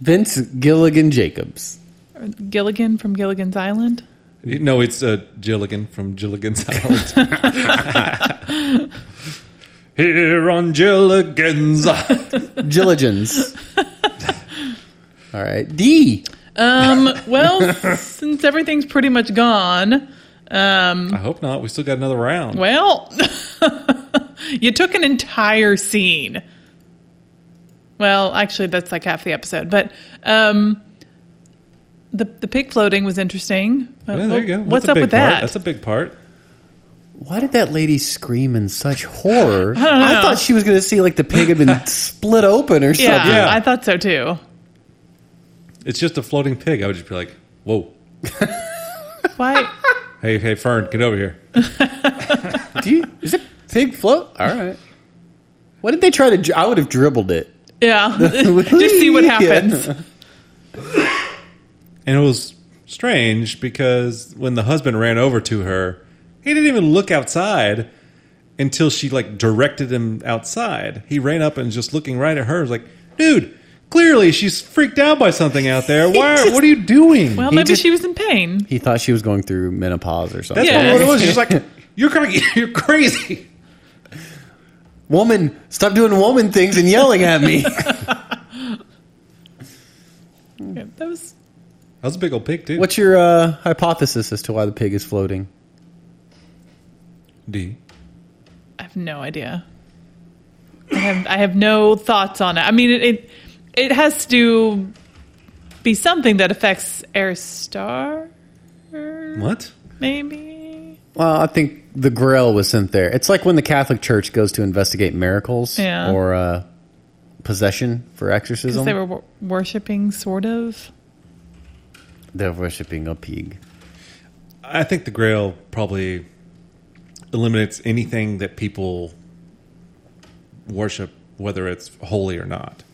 [SPEAKER 2] Vince Gilligan Jacobs.
[SPEAKER 3] Or Gilligan from Gilligan's Island.
[SPEAKER 1] No, it's uh, Gilligan from Gilligan's Island. Here on Gilligan's Island.
[SPEAKER 2] Gilligan's. All right. D.
[SPEAKER 3] Um, well, since everything's pretty much gone,
[SPEAKER 1] I hope not. We still got another round.
[SPEAKER 3] well, you took an entire scene. Well, actually, that's like half the episode, but um, the the pig floating was interesting. But
[SPEAKER 1] Yeah, there you go. That's
[SPEAKER 3] What's
[SPEAKER 1] a
[SPEAKER 3] up
[SPEAKER 1] big
[SPEAKER 3] with
[SPEAKER 1] part.
[SPEAKER 3] that?
[SPEAKER 1] That's a big part.
[SPEAKER 2] Why did that lady scream in such horror? I, thought she was going to see like the pig had been split open or something.
[SPEAKER 3] yeah,
[SPEAKER 1] Yeah.
[SPEAKER 3] I thought so too.
[SPEAKER 1] It's just a floating pig. I would just be like, whoa.
[SPEAKER 3] Why?
[SPEAKER 1] Hey, hey, Fern, get over here.
[SPEAKER 2] Do you, is it pig float? All right. What did they try to? dri- I would have dribbled it.
[SPEAKER 3] Yeah, just see what happens.
[SPEAKER 1] And it was strange because when the husband ran over to her, he didn't even look outside until she like directed him outside. He ran up and just looking right at her was like, "Dude, clearly she's freaked out by something out there. Why?
[SPEAKER 2] just-
[SPEAKER 1] what are you doing?"
[SPEAKER 3] Well,
[SPEAKER 2] He
[SPEAKER 3] maybe
[SPEAKER 2] just-
[SPEAKER 3] she was in pain.
[SPEAKER 2] He thought she was going through menopause or something.
[SPEAKER 1] That's
[SPEAKER 3] Yeah.
[SPEAKER 1] what it was. She's like, "You're cra- you're crazy."
[SPEAKER 2] Woman, stop doing woman things and yelling at me.
[SPEAKER 3] Yeah, that was
[SPEAKER 1] That was a big old pig, dude.
[SPEAKER 2] What's your uh, hypothesis as to why the pig is floating?
[SPEAKER 1] D?
[SPEAKER 3] I have no idea. I have I have no thoughts on it. I mean, it it, it has to be something that affects Airstar,
[SPEAKER 1] What?
[SPEAKER 3] maybe.
[SPEAKER 2] Well, I think the Grail was sent there. It's like when the Catholic Church goes to investigate miracles
[SPEAKER 3] Yeah.
[SPEAKER 2] or uh, possession for exorcism.
[SPEAKER 3] Because they were wor- worshiping, sort of.
[SPEAKER 2] They're worshiping a pig.
[SPEAKER 1] I think the Grail probably eliminates anything that people worship, whether it's holy or not.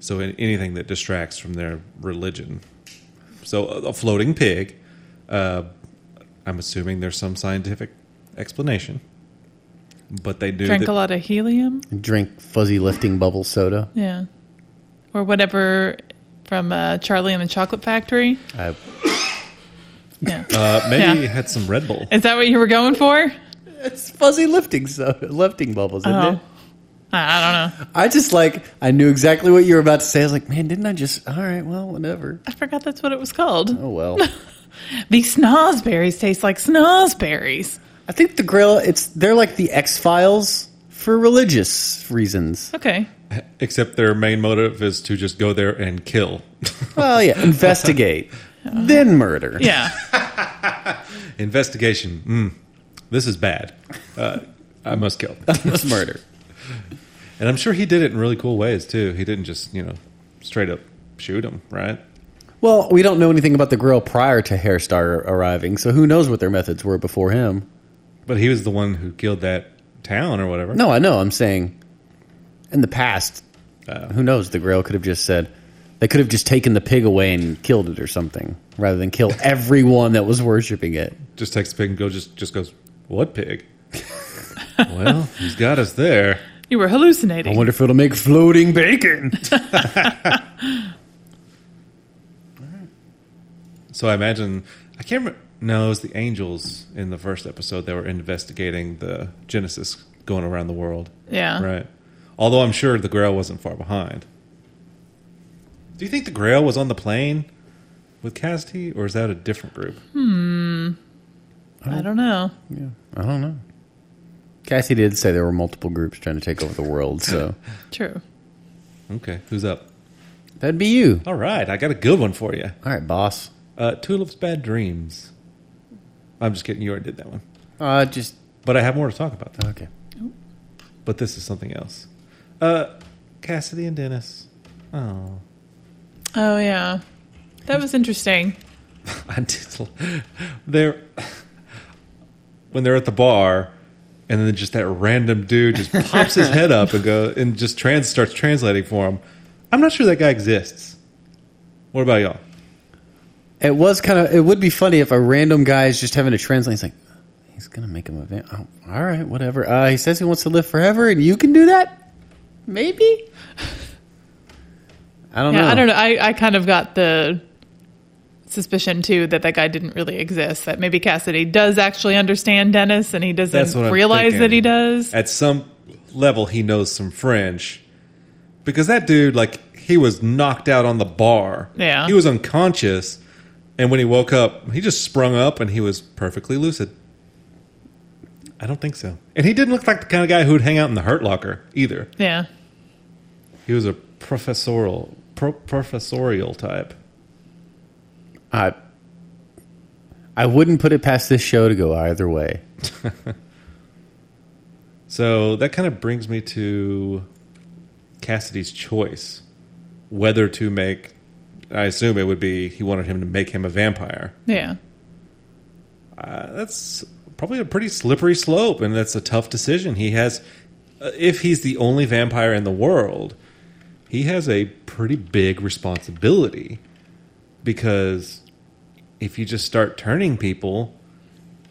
[SPEAKER 1] So an- anything that distracts from their religion. So a a floating pig. Uh, I'm assuming there's some scientific explanation, but they do.
[SPEAKER 3] Drank
[SPEAKER 1] that-
[SPEAKER 3] a lot of helium.
[SPEAKER 2] Drink fuzzy lifting bubble soda.
[SPEAKER 3] Yeah. Or whatever from uh, Charlie and the Chocolate Factory.
[SPEAKER 2] I,
[SPEAKER 3] Yeah.
[SPEAKER 1] Uh, maybe
[SPEAKER 3] Yeah.
[SPEAKER 1] had some Red Bull.
[SPEAKER 3] Is that what you were going for?
[SPEAKER 2] it's fuzzy lifting soda, lifting bubbles, isn't
[SPEAKER 3] Oh.
[SPEAKER 2] it?
[SPEAKER 3] I I don't know.
[SPEAKER 2] I just like I knew exactly what you were about to say. I was like, man, didn't I just? All right, well, whatever.
[SPEAKER 3] I forgot that's what it was called.
[SPEAKER 2] Oh well.
[SPEAKER 3] These snozberries taste like snozberries.
[SPEAKER 2] I think the grill. It's they're like the X Files for religious reasons.
[SPEAKER 3] Okay.
[SPEAKER 1] Except their main motive is to just go there and kill.
[SPEAKER 2] Well, yeah, investigate, then murder.
[SPEAKER 3] Yeah.
[SPEAKER 1] Investigation. Mm, this is bad. Uh, I must kill.
[SPEAKER 2] It's murder.
[SPEAKER 1] And I'm sure he did it in really cool ways too. He didn't just, you know, straight up shoot him, right?
[SPEAKER 2] Well, we don't know anything about the grill prior to Hairstar arriving, so who knows what their methods were before him.
[SPEAKER 1] But he was the one who killed that town or whatever.
[SPEAKER 2] No, I know. I'm saying in the past, uh, who knows? The grill could have just said, they could have just taken the pig away and killed it or something, rather than kill everyone that was worshiping it.
[SPEAKER 1] Just takes the pig and goes just just goes, What pig? well, he's got us there.
[SPEAKER 3] You were
[SPEAKER 2] I
[SPEAKER 3] hallucinating.
[SPEAKER 2] wonder if it'll make floating bacon.
[SPEAKER 1] So I imagine I can't remember no, it was the angels in the first episode that were investigating the Genesis going around the world.
[SPEAKER 3] yeah.
[SPEAKER 1] Right. Although I'm sure the Grail wasn't far behind. Do you think the Grail was on the plane with Cassidy, or is that a different group?
[SPEAKER 3] I don't know.
[SPEAKER 2] yeah, I don't know. Cassie did say there were multiple groups trying to take over the world, so
[SPEAKER 3] True.
[SPEAKER 1] Okay, who's up?
[SPEAKER 2] that'd be you.
[SPEAKER 1] All right, I got a good one for you.
[SPEAKER 2] All right, boss.
[SPEAKER 1] Uh, Tulip's Bad Dreams. I'm just kidding. You already did that one.
[SPEAKER 2] Uh, just
[SPEAKER 1] But I have more to talk about. That.
[SPEAKER 2] okay.
[SPEAKER 1] But this is something else. Uh, Cassidy and Dennis. Oh,
[SPEAKER 3] Oh yeah. That was interesting.
[SPEAKER 1] I did. They're when they're at the bar, and then just that random dude just pops his head up and go and just trans starts translating for him. I'm not sure that guy exists. What about y'all?
[SPEAKER 2] It was kind of. It would be funny if a random guy is just having to translate. He's like, he's gonna make him a van. Oh, all right, whatever. Uh, he says he wants to live forever, and you can do that. Maybe. I don't
[SPEAKER 3] yeah,
[SPEAKER 2] know.
[SPEAKER 3] I don't know. I, I kind of got the suspicion too that that guy didn't really exist. That maybe Cassidy does actually understand Dennis, and he doesn't
[SPEAKER 1] I'm
[SPEAKER 3] realize that
[SPEAKER 1] thinking.
[SPEAKER 3] he does.
[SPEAKER 1] At some level, he knows some French because that dude, like, he was knocked out on the bar.
[SPEAKER 3] Yeah.
[SPEAKER 1] he was unconscious, and when he woke up, he just sprung up and he was perfectly lucid. I don't think so. And he didn't look like the kind of guy who would hang out in the Hurt Locker either.
[SPEAKER 3] yeah,
[SPEAKER 1] He was a professorial, pro- professorial type.
[SPEAKER 2] I, I wouldn't put it past this show to go either way.
[SPEAKER 1] So that kind of brings me to Cassidy's choice whether to make. I assume it would be he wanted him to make him a vampire.
[SPEAKER 3] yeah,
[SPEAKER 1] Uh, that's probably a pretty slippery slope, and that's a tough decision. He has, uh, if he's the only vampire in the world, he has a pretty big responsibility because if you just start turning people,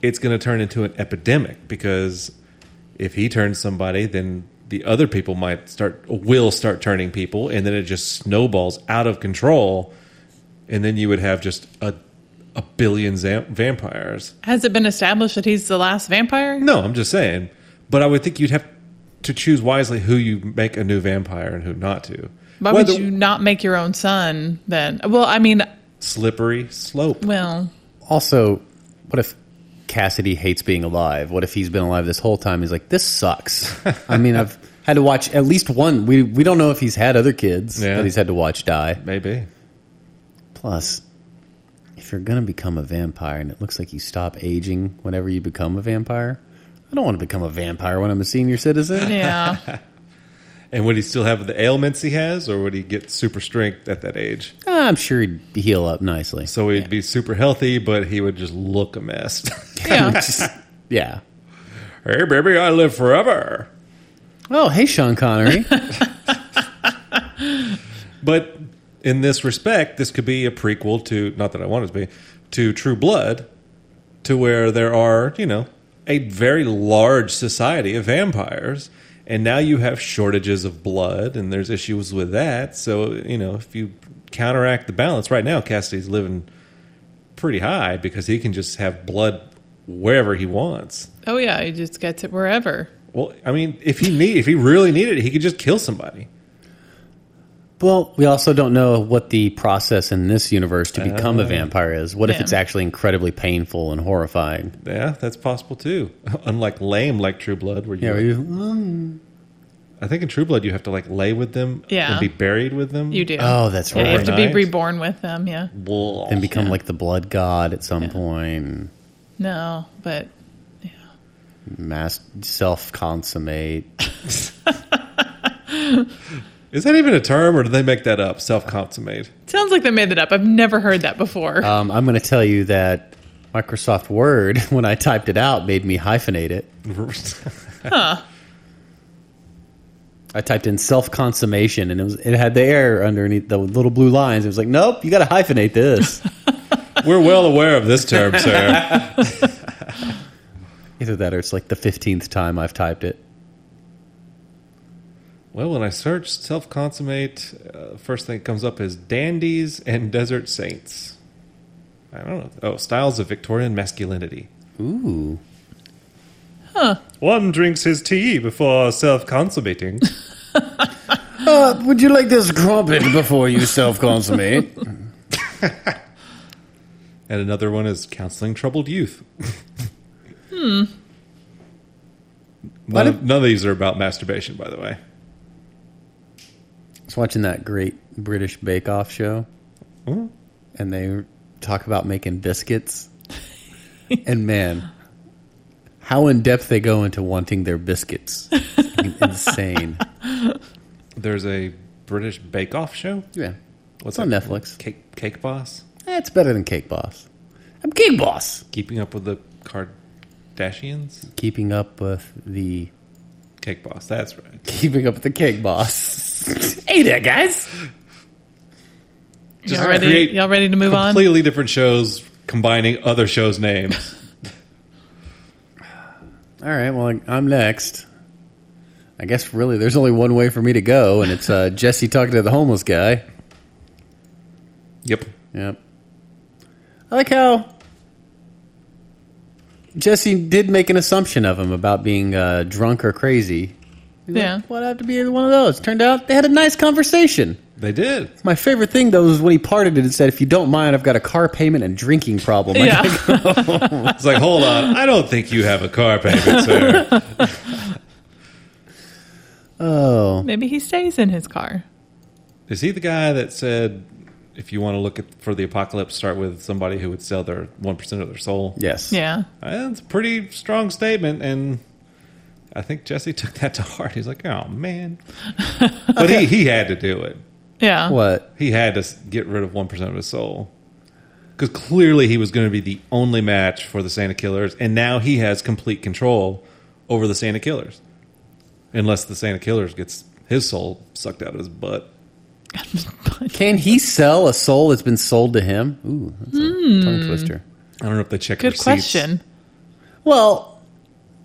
[SPEAKER 1] it's going to turn into an epidemic because if he turns somebody, then the other people might start will start turning people, and then it just snowballs out of control, and then you would have just a a billion zam- vampires.
[SPEAKER 3] Has it been established that he's the last vampire?
[SPEAKER 1] No, I'm just saying. But I would think you'd have to choose wisely who you make a new vampire and who not to.
[SPEAKER 3] Why
[SPEAKER 1] Whether-
[SPEAKER 3] would you not make your own son then? Well, I mean,
[SPEAKER 1] Slippery slope.
[SPEAKER 3] well,
[SPEAKER 2] Also, what if Cassidy hates being alive? What if he's been alive this whole time? He's like, this sucks. I mean, I've had to watch at least one. We we don't know if he's had other kids
[SPEAKER 1] Yeah.
[SPEAKER 2] that he's had to watch die.
[SPEAKER 1] Maybe.
[SPEAKER 2] Plus, if you're going to become a vampire and it looks like you stop aging whenever you become a vampire, I don't want to become a vampire when I'm a senior citizen.
[SPEAKER 3] yeah.
[SPEAKER 1] And would he still have the ailments he has, or would he get super strength at that age?
[SPEAKER 2] I'm sure he'd heal up nicely.
[SPEAKER 1] So he'd be super healthy, but he would just look a mess.
[SPEAKER 3] yeah.
[SPEAKER 2] Yeah.
[SPEAKER 1] hey, baby, I live forever.
[SPEAKER 2] Oh, hey, Sean Connery.
[SPEAKER 1] But in this respect, this could be a prequel to not that I want it to be to True Blood, to where there are you know a very large society of vampires, and now you have shortages of blood, and there's issues with that. So you know if you counteract the balance, right now Cassidy's living pretty high because he can just have blood wherever he wants.
[SPEAKER 3] Oh yeah, he just gets it wherever.
[SPEAKER 1] Well, I mean, if he need if he really needed it, he could just kill somebody.
[SPEAKER 2] well, we also don't know what the process in this universe to become a vampire is. What if
[SPEAKER 3] Yeah.
[SPEAKER 2] it's actually incredibly painful and horrifying?
[SPEAKER 1] Yeah, that's possible too. Unlike lame, like True Blood, where you
[SPEAKER 2] Yeah, where you, mm,
[SPEAKER 1] I think in True Blood you have to like lay with them
[SPEAKER 3] Yeah.
[SPEAKER 1] and be buried with them.
[SPEAKER 3] You do.
[SPEAKER 2] Oh, that's
[SPEAKER 3] Yeah, you have to be
[SPEAKER 1] Overnight.
[SPEAKER 3] reborn with them. Yeah.
[SPEAKER 1] Blah.
[SPEAKER 2] Then become like the blood god at some point.
[SPEAKER 3] No, but
[SPEAKER 2] Mass self consummate.
[SPEAKER 1] Is that even a term, or did they make that up? Self consummate.
[SPEAKER 3] sounds like they made that up. I've never heard that before.
[SPEAKER 1] Uh,
[SPEAKER 2] Um, I'm going to tell you that Microsoft Word, when I typed it out, made me hyphenate it. I typed in self consummation, and it was it had the air underneath the little blue lines. It was like, nope, you got to hyphenate this.
[SPEAKER 1] We're well aware of this term, sir.
[SPEAKER 2] Either that, or it's like the fifteenth time I've typed it.
[SPEAKER 1] well, when I search self consummate, uh, first thing that comes up is dandies and desert saints. I don't know. Oh, styles of Victorian masculinity.
[SPEAKER 2] Ooh,
[SPEAKER 1] One drinks his tea before self consummating.
[SPEAKER 2] uh, would you like this crumpet before you self consummate?
[SPEAKER 1] and another one is counseling troubled youth. hmm. None, of, none of these are about masturbation, by the way.
[SPEAKER 2] I was watching that great British Bake Off show, Mm-hmm.
[SPEAKER 1] Hmm?
[SPEAKER 2] and they talk about making biscuits. and man, how in depth they go into wanting their biscuits. Insane.
[SPEAKER 1] There's a British Bake Off show.
[SPEAKER 2] Yeah.
[SPEAKER 1] What's
[SPEAKER 2] It's on
[SPEAKER 1] that?
[SPEAKER 2] Netflix.
[SPEAKER 1] Cake, Cake Boss.
[SPEAKER 2] Eh, it's better than Cake Boss. I'm Cake Boss.
[SPEAKER 1] Keeping up with the Kardashians.
[SPEAKER 2] Keeping up with the
[SPEAKER 1] Cake Boss. That's right.
[SPEAKER 2] keeping up with the Cake Boss. hey there, guys.
[SPEAKER 1] Just
[SPEAKER 3] y'all ready?
[SPEAKER 1] create
[SPEAKER 3] Y'all ready to move on?
[SPEAKER 1] Completely different shows, combining other shows' names.
[SPEAKER 2] All right. Well, I'm next. I guess really, there's only one way for me to go, and it's uh, Jesse talking to the homeless guy.
[SPEAKER 1] yep.
[SPEAKER 2] Yep. I like how Jesse did make an assumption of him about being uh, drunk or crazy. He's like,
[SPEAKER 3] Yeah.
[SPEAKER 2] What I have to be one of those? Turned out they had a nice conversation.
[SPEAKER 1] They did.
[SPEAKER 2] My favorite thing though was when he parted it and said, "If you don't mind, I've got a car payment and drinking problem." I
[SPEAKER 3] Yeah.
[SPEAKER 2] gotta
[SPEAKER 1] It's like, hold on. I don't think you have a car payment, sir.
[SPEAKER 2] go- oh,
[SPEAKER 3] Maybe he stays in his car.
[SPEAKER 1] Is he the guy that said, if you want to look at, for the apocalypse, start with somebody who would sell their 1% of their soul?
[SPEAKER 2] yes.
[SPEAKER 3] Yeah.
[SPEAKER 1] Uh, That's a pretty strong statement, and I think Jesse took that to heart. He's like, "Oh man," but he he had to do it.
[SPEAKER 3] Yeah.
[SPEAKER 2] What?
[SPEAKER 1] He had to s- get rid of one percent of his soul because clearly he was going to be the only match for the Santa Killers, and now he has complete control over the Santa Killers, unless the Santa Killers gets his soul sucked out of his butt.
[SPEAKER 2] Can he sell a soul that's been sold to him? Ooh, that's a tongue
[SPEAKER 3] Hmm.
[SPEAKER 2] twister.
[SPEAKER 1] I don't know if they check.
[SPEAKER 3] Good
[SPEAKER 1] receipts.
[SPEAKER 3] question.
[SPEAKER 2] Well,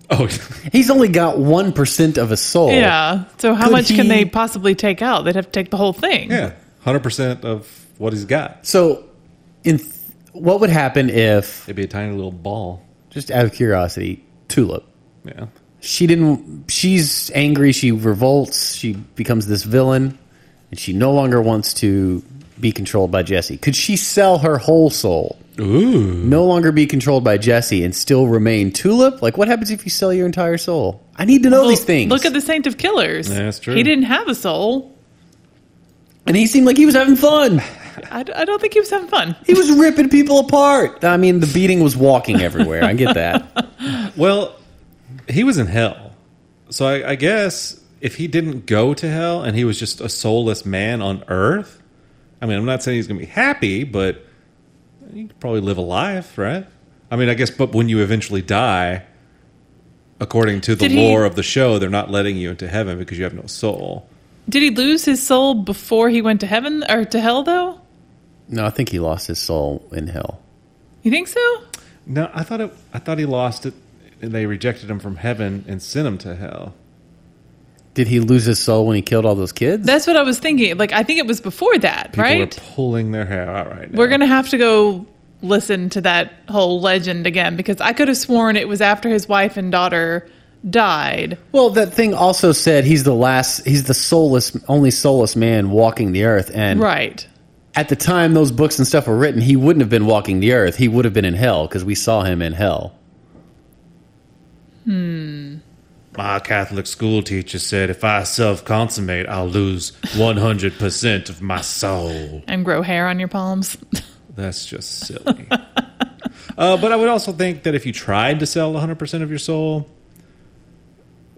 [SPEAKER 1] Oh,
[SPEAKER 2] he's only got one percent of a soul.
[SPEAKER 3] Yeah. So how
[SPEAKER 2] Could
[SPEAKER 3] much can
[SPEAKER 2] he-
[SPEAKER 3] they possibly take out? They'd have to take the whole thing.
[SPEAKER 1] yeah, hundred percent of what he's got.
[SPEAKER 2] So, in th- what would happen if,
[SPEAKER 1] It'd be a tiny little ball.
[SPEAKER 2] just out of curiosity, Tulip?
[SPEAKER 1] Yeah,
[SPEAKER 2] She didn't. She's angry. She revolts. She becomes this villain, and she no longer wants to be controlled by Jesse. Could she sell her whole soul? Ooh. No longer be controlled by Jesse and still remain Tulip? Like, what happens if you sell your entire soul? I need to know
[SPEAKER 3] Well,
[SPEAKER 2] these things.
[SPEAKER 3] Look at the Saint of Killers.
[SPEAKER 1] Yeah, that's true.
[SPEAKER 3] He didn't have a soul.
[SPEAKER 2] and he seemed like he was having fun.
[SPEAKER 3] I, d- I don't think he was having fun.
[SPEAKER 2] He was ripping people apart. I mean, the beating was walking everywhere. I get that.
[SPEAKER 1] Well, he was in hell. So I, I guess if he didn't go to hell and he was just a soulless man on earth, I mean, I'm not saying he's going to be happy, but he could probably live a life, right? I mean, I guess, but when you eventually die, according to the
[SPEAKER 3] Did he-
[SPEAKER 1] lore of the show, they're not letting you into heaven because you have no soul.
[SPEAKER 3] Did he lose his soul before he went to heaven or to hell though?
[SPEAKER 2] No, I think he lost his soul in hell.
[SPEAKER 3] You think so?
[SPEAKER 1] No, I thought it, I thought he lost it, and they rejected him from heaven and sent him to hell.
[SPEAKER 2] Did he lose his soul when he killed all those kids?
[SPEAKER 3] That's what I was thinking. Like I think it was before that,
[SPEAKER 1] People
[SPEAKER 3] right?
[SPEAKER 1] are pulling their hair out right now.
[SPEAKER 3] We're gonna have to go listen to that whole legend again because I could have sworn it was after his wife and daughter died.
[SPEAKER 2] Well, that thing also said he's the last, he's the soulless, only soulless man walking the earth. And
[SPEAKER 3] Right.
[SPEAKER 2] at the time those books and stuff were written, he wouldn't have been walking the earth. He would have been in hell because we saw him in hell.
[SPEAKER 1] My Catholic school teacher said if I self consummate, I'll lose 100% of my soul.
[SPEAKER 3] and grow hair on your palms.
[SPEAKER 1] That's just silly. uh, but I would also think that if you tried to sell 100% of your soul,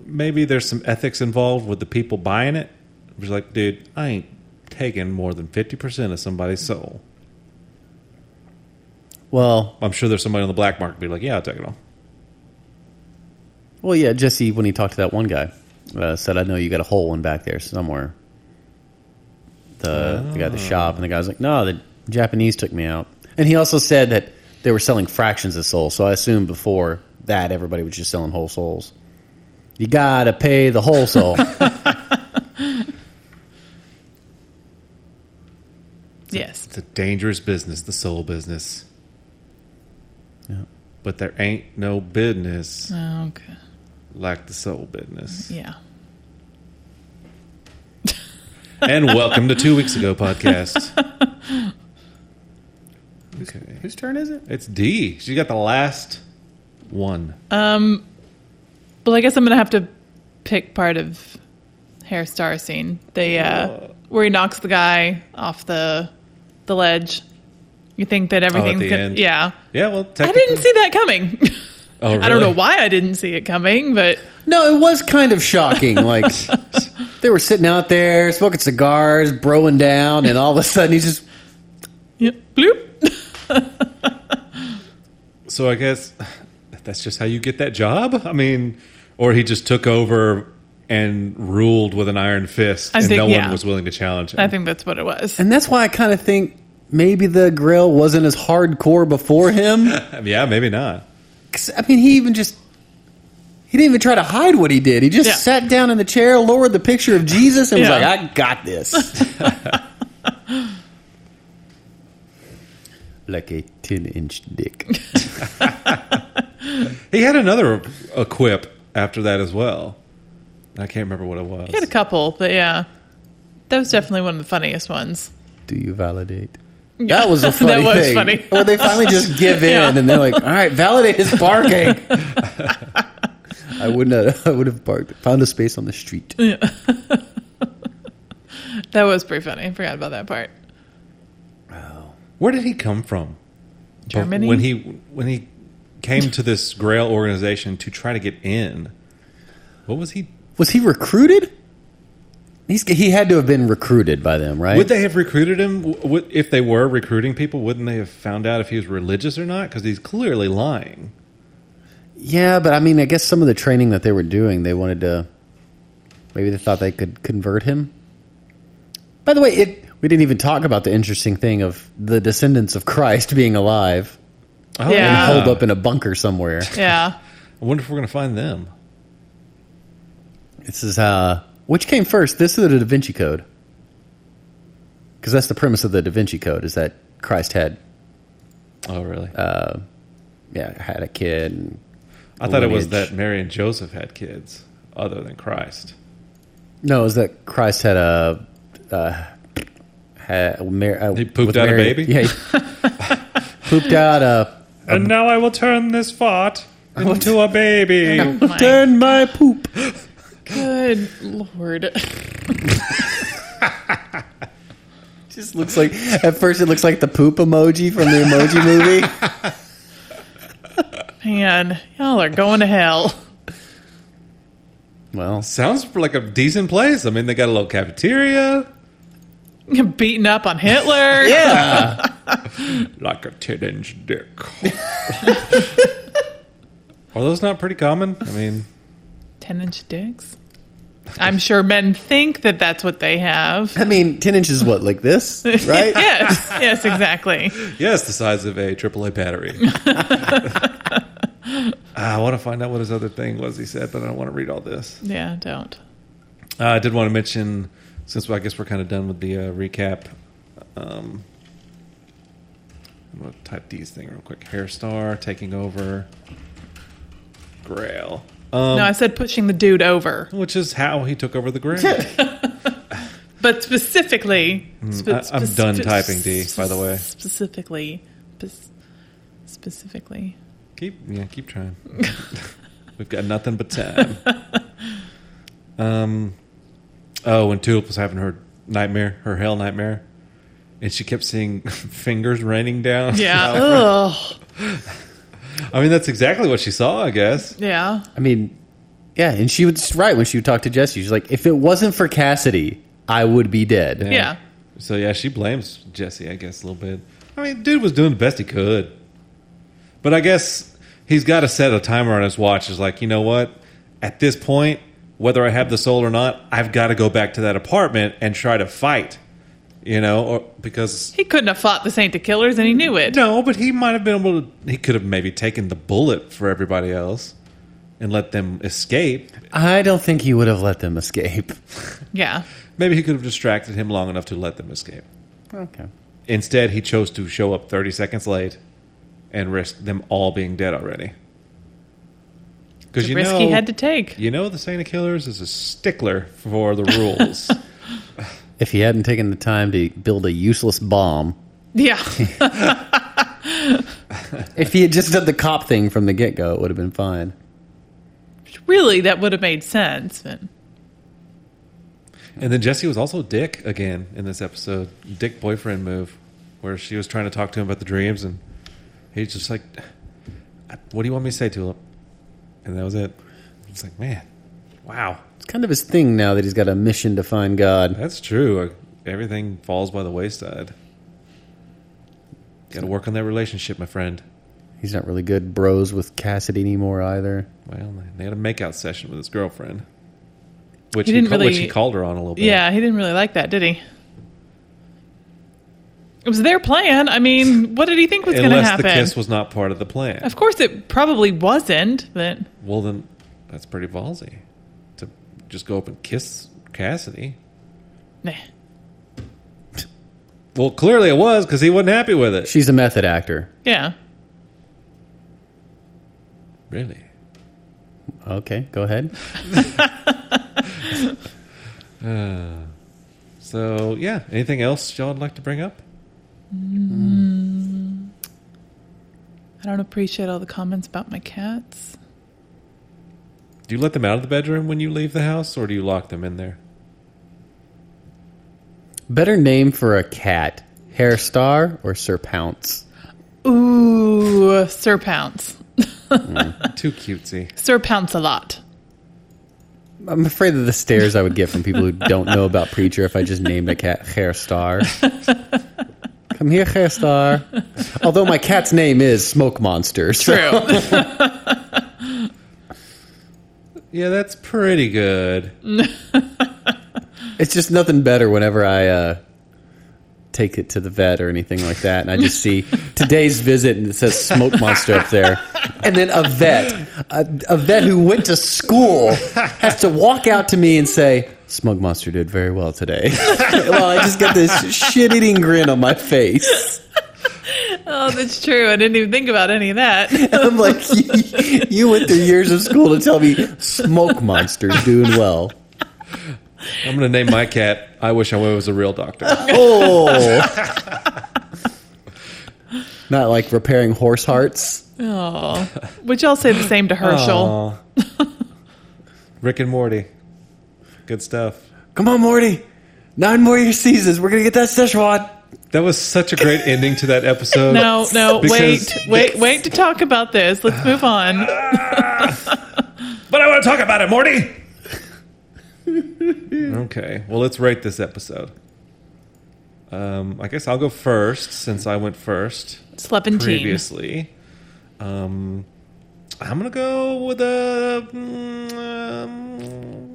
[SPEAKER 1] maybe there's some ethics involved with the people buying it. It was like, dude, I ain't taking more than 50% of somebody's soul.
[SPEAKER 2] Well,
[SPEAKER 1] I'm sure there's somebody on the black market be like, yeah, I'll take it all.
[SPEAKER 2] well, yeah. Jesse, when he talked to that one guy, uh, said, "I know you got a whole one back there somewhere." The, the guy at the shop, and the guy was like, "No, the Japanese took me out." And he also said that they were selling fractions of souls. So I assume before that, everybody was just selling whole souls. You gotta pay the whole soul.
[SPEAKER 3] yes.
[SPEAKER 1] It's a dangerous business, the soul business.
[SPEAKER 2] Yeah.
[SPEAKER 1] But there ain't no business
[SPEAKER 3] Okay.
[SPEAKER 1] like the soul business.
[SPEAKER 3] Yeah.
[SPEAKER 1] and welcome to Two Weeks Ago podcast. Okay.
[SPEAKER 2] Whose turn is it?
[SPEAKER 1] It's D. She got the last one.
[SPEAKER 3] Well, I guess I'm gonna have to pick part of Hair Star scene. They uh, where he knocks the guy off the the ledge. You think that everything's
[SPEAKER 1] Oh, the
[SPEAKER 3] gonna,
[SPEAKER 1] end.
[SPEAKER 3] yeah.
[SPEAKER 1] yeah, well,
[SPEAKER 3] I
[SPEAKER 1] technically.
[SPEAKER 3] didn't see that coming.
[SPEAKER 1] Oh,
[SPEAKER 3] I don't
[SPEAKER 1] really?
[SPEAKER 3] know why I didn't see it coming, but
[SPEAKER 2] No, it was kind of shocking. Like they were sitting out there smoking cigars, broing down, and all of a sudden he's just
[SPEAKER 3] yeah, bloop.
[SPEAKER 1] So I guess that's just how you get that job. I mean, or he just took over and ruled with an iron fist,
[SPEAKER 3] I
[SPEAKER 1] and
[SPEAKER 3] think-
[SPEAKER 1] no
[SPEAKER 3] yeah.
[SPEAKER 1] one was willing to challenge him.
[SPEAKER 3] I think that's what it was.
[SPEAKER 2] and that's why I kind of think maybe the grill wasn't as hardcore before him.
[SPEAKER 1] yeah, maybe not.
[SPEAKER 2] 'Cause, I mean, he even just he didn't even try to hide what he did. He just
[SPEAKER 3] Yeah.
[SPEAKER 2] sat down in the chair, lowered the picture of Jesus, and
[SPEAKER 3] Yeah.
[SPEAKER 2] was like, "I got this." like a ten-inch dick.
[SPEAKER 1] He had another a quip after that as well. I can't remember what it was.
[SPEAKER 3] I had a couple, but yeah, that was definitely one of the funniest ones.
[SPEAKER 2] Do you validate? That was a
[SPEAKER 3] That
[SPEAKER 2] funny
[SPEAKER 3] was
[SPEAKER 2] thing.
[SPEAKER 3] funny.
[SPEAKER 2] Where they finally just give in
[SPEAKER 3] Yeah.
[SPEAKER 2] and they're like, "All right, validate his parking." I wouldn't. Have, I would have parked, found a space on the street.
[SPEAKER 3] That was pretty funny. I forgot about that part.
[SPEAKER 1] Where did he come from?
[SPEAKER 3] Germany?
[SPEAKER 1] When he when he came to this Grail organization to try to get in, what was he?
[SPEAKER 2] Was he recruited? He's, he had to have been recruited by them, right?
[SPEAKER 1] Would they have recruited him W- would- if they were recruiting people? Wouldn't they have found out if he was religious or not? Because he's clearly lying.
[SPEAKER 2] yeah, but I mean, I guess some of the training that they were doing, they wanted to. Maybe they thought they could convert him. By the way, it we didn't even talk about the interesting thing of the descendants of Christ being alive
[SPEAKER 1] Oh,
[SPEAKER 3] Yeah.
[SPEAKER 2] and holed up in a bunker somewhere.
[SPEAKER 3] Yeah,
[SPEAKER 1] I wonder if we're going to find them.
[SPEAKER 2] This is uh, which came first, this or the Da Vinci Code? Because that's the premise of the Da Vinci Code is that Christ had,
[SPEAKER 1] Oh, really?
[SPEAKER 2] yeah, had a kid. And
[SPEAKER 1] I thought it was
[SPEAKER 2] lineage.
[SPEAKER 1] that Mary and Joseph had kids other than Christ.
[SPEAKER 2] No, it was that Christ had a, uh, had Mar- uh,
[SPEAKER 1] He pooped
[SPEAKER 2] with
[SPEAKER 1] out a
[SPEAKER 2] Mary-
[SPEAKER 1] baby?
[SPEAKER 2] Yeah, he pooped out a.
[SPEAKER 1] And now I will turn this fart into a baby.
[SPEAKER 3] Oh My
[SPEAKER 2] Turn my poop.
[SPEAKER 3] good lord.
[SPEAKER 2] Just looks like at first it looks like the poop emoji from the emoji movie.
[SPEAKER 3] Man, y'all are going to hell.
[SPEAKER 2] Well,
[SPEAKER 1] Sounds like a decent place. I mean, they got a little cafeteria,
[SPEAKER 3] Beating up on Hitler.
[SPEAKER 2] yeah,
[SPEAKER 1] like a 10 inch dick. Are those not pretty common? I mean,
[SPEAKER 3] 10 inch dicks? I'm sure men think that that's what they have.
[SPEAKER 2] I mean, ten inches is what like this, right?
[SPEAKER 3] Yes, yes, exactly.
[SPEAKER 1] yes, the size of a AAA battery. I want to find out what his other thing was he said, but I don't want to read all this.
[SPEAKER 3] Yeah, don't.
[SPEAKER 1] Uh, I did want to mention, since I guess we're kind of done with the uh, recap, um, I'm going to type these thing real quick. Hairstar taking over Grail, um,
[SPEAKER 3] No, I said pushing the dude over,
[SPEAKER 1] which is how he took over the Grail.
[SPEAKER 3] but specifically. spe-
[SPEAKER 1] Hmm, I- I'm
[SPEAKER 3] spec-
[SPEAKER 1] done
[SPEAKER 3] spe-
[SPEAKER 1] typing, D, by the way.
[SPEAKER 3] Specifically. pes- Specifically.
[SPEAKER 1] keep yeah, keep trying. We've got nothing but time. Um, Oh, when Tulip was having her nightmare, her hell nightmare, and she kept seeing fingers raining down.
[SPEAKER 3] Yeah. Ugh.
[SPEAKER 1] I mean, that's exactly what she saw, I guess.
[SPEAKER 3] Yeah.
[SPEAKER 2] I mean, yeah, and she was right when she would talk to Jesse. She's like, if it wasn't for Cassidy, I would be dead.
[SPEAKER 3] Yeah.
[SPEAKER 1] So yeah, she blames Jesse, I guess, a little bit. I mean, dude was doing the best he could, but I guess he's got to set a timer on his watch. Is like, you know what? At this point, whether I have the soul or not, I've got to go back to that apartment and try to fight. You know, or because
[SPEAKER 3] He couldn't have fought the Saint the Killers, and he knew it.
[SPEAKER 1] no, but he might have been able to. He could have maybe taken the bullet for everybody else and let them escape.
[SPEAKER 2] I don't think he would have let them escape.
[SPEAKER 3] Yeah.
[SPEAKER 1] Maybe he could have distracted him long enough to let them escape.
[SPEAKER 2] Okay.
[SPEAKER 1] Instead, he chose to show up 30 seconds late and risk them all being dead already. Because
[SPEAKER 3] The
[SPEAKER 1] you
[SPEAKER 3] risk
[SPEAKER 1] know,
[SPEAKER 3] he had to take.
[SPEAKER 1] you know, the Santa Killers is a stickler for the rules.
[SPEAKER 2] If he hadn't taken the time to build a useless bomb,
[SPEAKER 3] Yeah.
[SPEAKER 2] if he had just done the cop thing from the get go, it would have been fine.
[SPEAKER 3] really, that would have made sense. But
[SPEAKER 1] and then Jesse was also Dick again in this episode. Dick boyfriend move, where she was trying to talk to him about the dreams, and he's just like, "What do you want me to say, Tulip?" And that was it. It's like, man, wow,
[SPEAKER 2] It's kind of his thing now that he's got a mission to find God.
[SPEAKER 1] that's true. Uh, Everything falls by the wayside. Got to work on that relationship, my friend.
[SPEAKER 2] He's not really good bros with Cassidy anymore either.
[SPEAKER 1] Well, they had a makeout session with his girlfriend, which
[SPEAKER 3] He
[SPEAKER 1] he,
[SPEAKER 3] didn't
[SPEAKER 1] ca- which
[SPEAKER 3] really-
[SPEAKER 1] he called her on a little bit.
[SPEAKER 3] yeah, he didn't really like that, did he? It was their plan. I mean, what did he think was going to
[SPEAKER 1] unless the
[SPEAKER 3] happen?
[SPEAKER 1] kiss was not part of the plan.
[SPEAKER 3] of course, it probably wasn't. But
[SPEAKER 1] Well, then that's pretty ballsy to just go up and kiss Cassidy.
[SPEAKER 3] nah.
[SPEAKER 1] Well, clearly it was because he wasn't happy with it.
[SPEAKER 2] She's a method actor.
[SPEAKER 3] yeah,
[SPEAKER 1] Really?
[SPEAKER 2] Okay, go ahead.
[SPEAKER 1] So yeah. Anything else y'all would like to bring up?
[SPEAKER 3] I don't appreciate all the comments about my cats.
[SPEAKER 1] Do you let them out of the bedroom when you leave the house, or do you lock them in there?
[SPEAKER 2] Better name for a cat, Hair Star or Sir Pounce?
[SPEAKER 3] Ooh, Sir Pounce.
[SPEAKER 1] Too cutesy.
[SPEAKER 3] Sir Pounce a lot.
[SPEAKER 2] I'm afraid of the stares I would get from people who don't know about Preacher if I just named a cat Hair Star. Come here, Hair Star. Although my cat's name is Smoke Monster. so-
[SPEAKER 3] True.
[SPEAKER 1] Yeah, that's pretty good.
[SPEAKER 2] It's just nothing better whenever I uh, take it to the vet or anything like that, and I just see today's visit and it says smoke monster up there, and then a vet, a, a vet who went to school, has to walk out to me and say. Smug Monster did very well today. well, I just got this shit-eating grin on my face.
[SPEAKER 3] oh, that's true. I didn't even think about any of that.
[SPEAKER 2] I'm like, you, you went through years of school to tell me Smoke Monster's doing well.
[SPEAKER 1] I'm gonna name my cat. I wish I was a real doctor.
[SPEAKER 2] Oh, not like repairing horse hearts.
[SPEAKER 3] Oh, which I'll say the same to Herschel.
[SPEAKER 1] Aw. Rick and Morty. Good stuff.
[SPEAKER 2] Come on, Morty. Nine more of your seasons. We're going to get that Szechuan.
[SPEAKER 1] That was such a great ending to that episode.
[SPEAKER 3] No, no,
[SPEAKER 1] Because-
[SPEAKER 3] wait, wait, wait to talk about this. Let's move on.
[SPEAKER 1] But I want to talk about it, Morty. okay. Well, let's rate this episode. Um, I guess I'll go first since I went first
[SPEAKER 3] Slepentine.
[SPEAKER 1] previously. Um, I'm gonna go with a mm, um,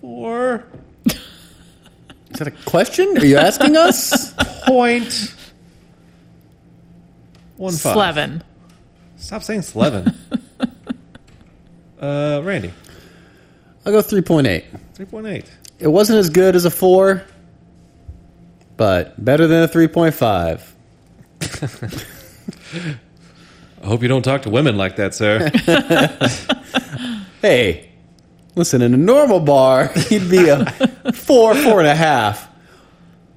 [SPEAKER 1] four
[SPEAKER 2] Is that a question? Are you asking us?
[SPEAKER 1] point one five.
[SPEAKER 3] Slevin.
[SPEAKER 1] Stop saying Slevin. uh, Randy,
[SPEAKER 2] I'll go 3.8.
[SPEAKER 1] three point eight.
[SPEAKER 2] It wasn't as good as a 4, but better than a 3.5.
[SPEAKER 1] I hope you don't talk to women like that, sir.
[SPEAKER 2] Hey, listen, in a normal bar, you'd be a 4, 4.5.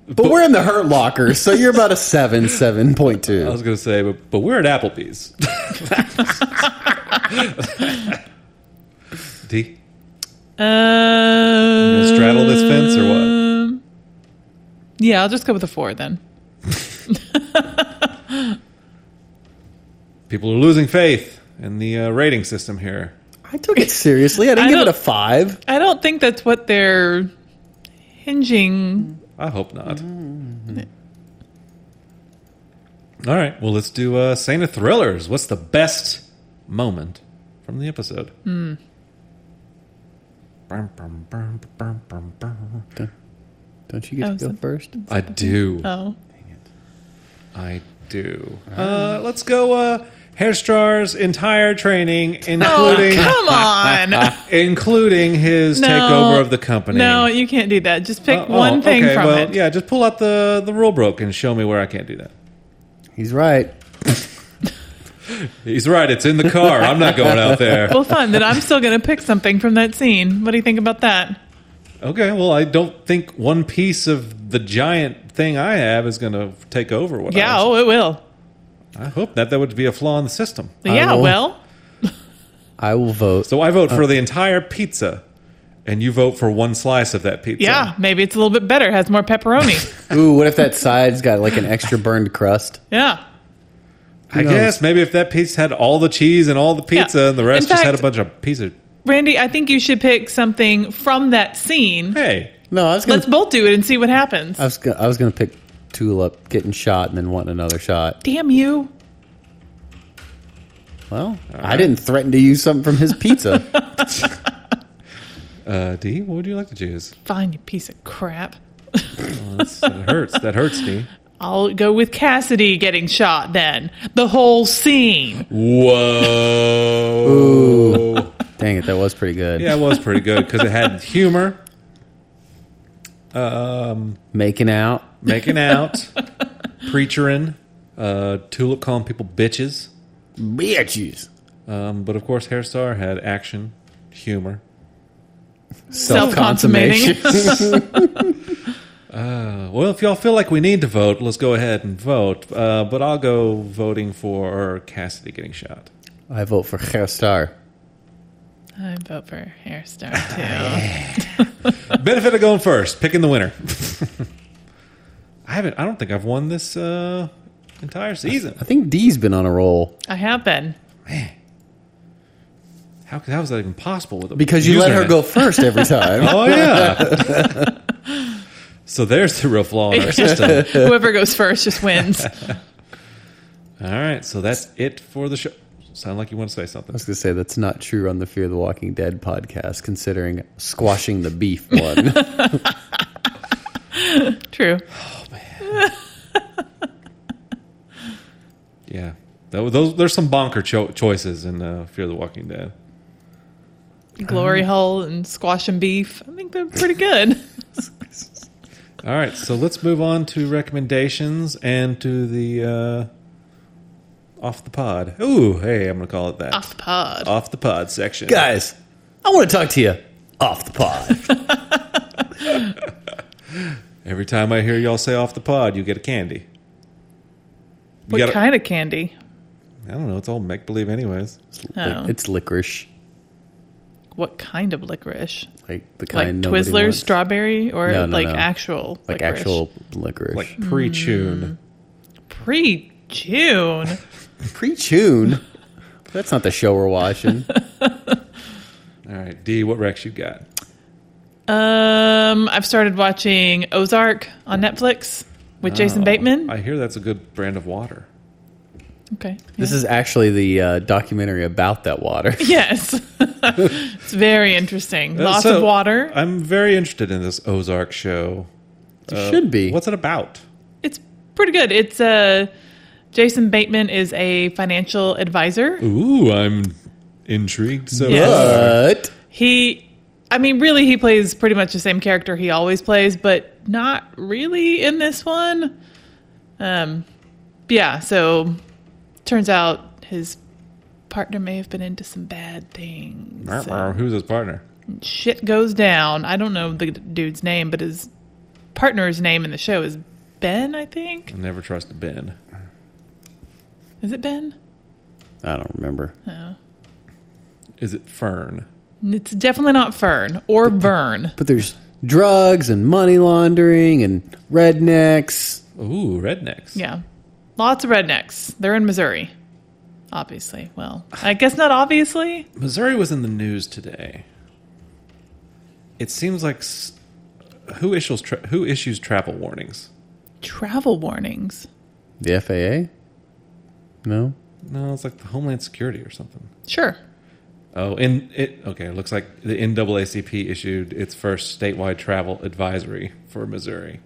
[SPEAKER 2] But, we're in the Hurt Locker, so you're about a 7,
[SPEAKER 1] I
[SPEAKER 2] 7.2.
[SPEAKER 1] was going to say, but, but we're at Applebee's. T?
[SPEAKER 3] Um,
[SPEAKER 1] straddle this fence or
[SPEAKER 3] what? Um, Yeah, I'll just go with a four then.
[SPEAKER 1] People are losing faith in the uh, rating system here.
[SPEAKER 2] I took it seriously. I didn't
[SPEAKER 3] I
[SPEAKER 2] give it
[SPEAKER 3] don't-
[SPEAKER 2] a five.
[SPEAKER 3] I don't think that's what they're hinging.
[SPEAKER 1] I hope not.
[SPEAKER 3] Mm.
[SPEAKER 1] All right. Well, let's do uh, Saint of Thrillers. What's the best moment from the episode?
[SPEAKER 3] Hmm.
[SPEAKER 1] Brum, brum, brum, brum, brum, brum.
[SPEAKER 2] Don't you get
[SPEAKER 3] Oh,
[SPEAKER 2] to go
[SPEAKER 3] some-
[SPEAKER 2] first?
[SPEAKER 1] I do.
[SPEAKER 3] Oh,
[SPEAKER 1] I do. Uh, let's go. Uh, Hairstrar's entire training, including
[SPEAKER 3] Oh, come on!
[SPEAKER 1] including his
[SPEAKER 3] No.
[SPEAKER 1] takeover of the company. Uh,
[SPEAKER 3] no, you can't do that. Just pick
[SPEAKER 1] one
[SPEAKER 3] one thing from it.
[SPEAKER 1] oh, Yeah, just pull out the the rule book and show me where I can't do that.
[SPEAKER 2] He's right.
[SPEAKER 1] He's right. It's in the car. I'm not going out there.
[SPEAKER 3] Well, fun. Then I'm still going to pick something from that scene. What do you think about that?
[SPEAKER 1] Uh, Okay. Well, I don't think one piece of the giant thing I have is going to take over what.
[SPEAKER 3] yeah,
[SPEAKER 1] I, was-
[SPEAKER 3] oh, it will.
[SPEAKER 1] I hope that that would be a flaw in the system.
[SPEAKER 3] yeah,
[SPEAKER 2] will.
[SPEAKER 3] well,
[SPEAKER 2] I will vote.
[SPEAKER 1] So I vote for the entire pizza, and you vote for one slice of that pizza.
[SPEAKER 3] yeah, maybe it's a little bit better. Has more pepperoni.
[SPEAKER 2] Ooh, what if that side's got like an extra burned crust?
[SPEAKER 3] yeah.
[SPEAKER 1] I
[SPEAKER 2] knows?
[SPEAKER 1] guess maybe if that piece had all the cheese and all the pizza,
[SPEAKER 3] Yeah.
[SPEAKER 1] and the rest
[SPEAKER 3] In
[SPEAKER 1] just had a
[SPEAKER 3] fact-
[SPEAKER 1] bunch of pizza.
[SPEAKER 3] Randy, I think you should pick something from that scene.
[SPEAKER 1] Hey,
[SPEAKER 2] No, I was gonna.
[SPEAKER 3] Let's both do it and see what happens.
[SPEAKER 2] I was gonna, I was gonna pick Tulip getting shot and then wanting another shot.
[SPEAKER 3] Damn you.
[SPEAKER 2] Well, I didn't threaten to use something from his pizza.
[SPEAKER 1] uh, D, what would you like to choose?
[SPEAKER 3] Fine, you piece of crap.
[SPEAKER 1] That's, that hurts. That hurts, D.
[SPEAKER 3] I'll go with Cassidy getting shot then. The whole scene.
[SPEAKER 1] Whoa.
[SPEAKER 2] Dang it, that was pretty good.
[SPEAKER 1] Yeah, it was pretty good because it had humor,
[SPEAKER 2] Making out.
[SPEAKER 1] making out, preachering, uh, Tulip calling people bitches.
[SPEAKER 2] Bitches.
[SPEAKER 1] Um, but of course, Hairstar had action, humor.
[SPEAKER 3] Self-consummating.
[SPEAKER 1] Uh, well, if y'all feel like we need to vote, let's go ahead and vote. Uh, but I'll go voting for Cassidy getting shot.
[SPEAKER 2] I vote for Gerstar.
[SPEAKER 3] I vote for Hairstar too.
[SPEAKER 1] Benefit of going first, picking the winner. I haven't. I don't think I've won this uh, entire season.
[SPEAKER 2] I think D's been on a roll
[SPEAKER 3] I have been.
[SPEAKER 1] How, how is that even possible? With a
[SPEAKER 2] because you let her
[SPEAKER 1] username?
[SPEAKER 2] go first every time.
[SPEAKER 1] Oh yeah. so there's the real flaw in our system.
[SPEAKER 3] Whoever goes first just wins.
[SPEAKER 1] All right, so that's it for the show. Sound like you want to say
[SPEAKER 2] I
[SPEAKER 1] something?
[SPEAKER 2] was gonna say that's not true on the Fear the Walking Dead podcast, considering squashing the beef one.
[SPEAKER 3] True.
[SPEAKER 1] Yeah. Tho- those there's some bonker cho- choices in uh, Fear the Walking Dead.
[SPEAKER 3] Glory hole and squash and beef. I think they're pretty good.
[SPEAKER 1] All right, so let's move on to recommendations and to the uh, off the pod. Ooh, hey, I'm gonna call it that.
[SPEAKER 3] Off the pod.
[SPEAKER 1] Off the pod section.
[SPEAKER 2] Guys, I want to talk to you off the pod.
[SPEAKER 1] Every time I hear y'all say off the pod, you get a candy. You
[SPEAKER 3] What
[SPEAKER 1] gotta-
[SPEAKER 3] kind of candy?
[SPEAKER 1] I don't know. It's all make believe, anyways.
[SPEAKER 3] Oh.
[SPEAKER 2] It's licorice,
[SPEAKER 3] What kind of licorice?
[SPEAKER 2] like the
[SPEAKER 3] Like
[SPEAKER 2] kind nobody
[SPEAKER 3] Twizzlers,
[SPEAKER 2] wants.
[SPEAKER 3] strawberry, or
[SPEAKER 2] No, no,
[SPEAKER 3] like
[SPEAKER 2] no.
[SPEAKER 3] actual
[SPEAKER 2] like
[SPEAKER 3] licorice?
[SPEAKER 2] actual licorice,
[SPEAKER 1] Like pre-tune.
[SPEAKER 3] pre June.
[SPEAKER 2] pre-tune. That's not the show we're watching.
[SPEAKER 1] All right, D, what Rex you got?
[SPEAKER 3] Um, I've started watching Ozark on Netflix
[SPEAKER 2] Oh.
[SPEAKER 3] with Jason Bateman.
[SPEAKER 1] I hear that's a good brand of water.
[SPEAKER 3] okay.
[SPEAKER 2] this is actually the uh, documentary about that water.
[SPEAKER 3] Yes. it's very interesting.
[SPEAKER 2] Uh,
[SPEAKER 3] Lots
[SPEAKER 1] Uh, So,
[SPEAKER 3] of water.
[SPEAKER 1] I'm very interested in this Ozark show.
[SPEAKER 2] It should be.
[SPEAKER 1] What's it about?
[SPEAKER 3] it's pretty good. It's uh Jason Bateman is a financial advisor.
[SPEAKER 1] Ooh, I'm intrigued. So
[SPEAKER 3] Yes.
[SPEAKER 2] but
[SPEAKER 3] He I mean, really he plays pretty much the same character he always plays, but not really in this one. Um yeah, so turns out his partner may have been into some bad things.
[SPEAKER 1] Meow,
[SPEAKER 3] So-
[SPEAKER 1] meow. who's his partner?
[SPEAKER 3] shit goes down. I don't know the dude's name, but his partner's name in the show is Ben, I think.
[SPEAKER 1] I never trusted Ben.
[SPEAKER 3] Is it Ben?
[SPEAKER 2] I don't remember.
[SPEAKER 1] Is it Fern?
[SPEAKER 3] It's definitely not Fern or Vern.
[SPEAKER 2] But there's drugs and money laundering and rednecks.
[SPEAKER 1] Ooh, rednecks.
[SPEAKER 3] Yeah. Lots of rednecks. They're in Missouri. Obviously. Well, I guess not obviously.
[SPEAKER 1] Missouri was in the news today. It seems like s- who issues tra- who issues travel warnings?
[SPEAKER 3] Travel warnings.
[SPEAKER 2] The FAA? No.
[SPEAKER 1] No, it's like the Homeland Security or something.
[SPEAKER 3] Sure.
[SPEAKER 1] Oh, and it okay. It looks like the NAACP issued its first statewide travel advisory for Missouri.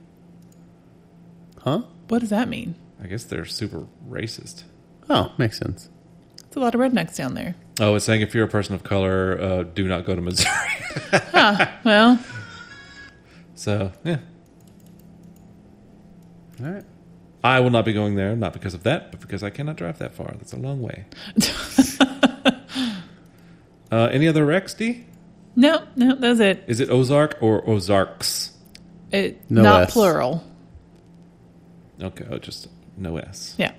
[SPEAKER 2] Huh?
[SPEAKER 3] What does that mean?
[SPEAKER 1] I guess they're super racist.
[SPEAKER 2] Oh, makes sense.
[SPEAKER 3] It's a lot of rednecks down there.
[SPEAKER 1] Oh, it's saying if you're a person of color, uh, do not go to Missouri.
[SPEAKER 3] Well,
[SPEAKER 1] so yeah,
[SPEAKER 2] All right.
[SPEAKER 1] I will not be going there. Not because of that, but because I cannot drive that far. That's a long way. uh, any other Rex D?
[SPEAKER 3] no, no, that's it.
[SPEAKER 1] Is it Ozark or Ozarks?
[SPEAKER 3] it
[SPEAKER 2] No
[SPEAKER 3] not
[SPEAKER 2] S.
[SPEAKER 3] plural.
[SPEAKER 1] Okay, oh, just no S.
[SPEAKER 3] Yeah.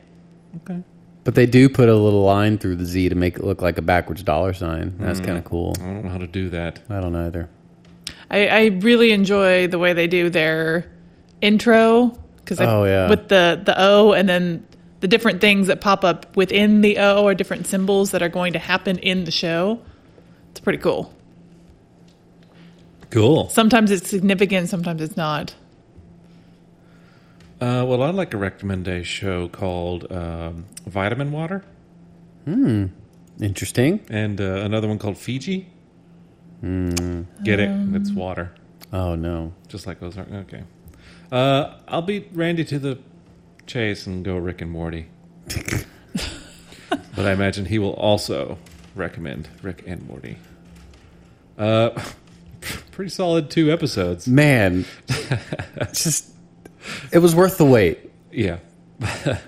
[SPEAKER 1] Okay.
[SPEAKER 2] But they do put a little line through the Z to make it look like a backwards dollar sign. That's kind of cool.
[SPEAKER 1] I don't know how to do that.
[SPEAKER 2] I don't know either.
[SPEAKER 3] I, I really enjoy the way they do their intro because
[SPEAKER 2] Oh, yeah.
[SPEAKER 3] with the the O and then the different things that pop up within the O are different symbols that are going to happen in the show. It's pretty cool.
[SPEAKER 1] Cool.
[SPEAKER 3] Sometimes it's significant, sometimes it's not.
[SPEAKER 1] Uh, well, I'd like to recommend a show called um, Vitamin Water
[SPEAKER 2] Interesting.
[SPEAKER 1] and uh, another one called Fiji. Get it? it's water,
[SPEAKER 2] Oh no.
[SPEAKER 1] just like Ozark. Okay. Uh, I'll beat Randy to the chase and go Rick and Morty. but I imagine he will also recommend Rick and Morty. Uh, pretty solid two episodes.
[SPEAKER 2] Man. just it was worth the wait.
[SPEAKER 1] Yeah. uh,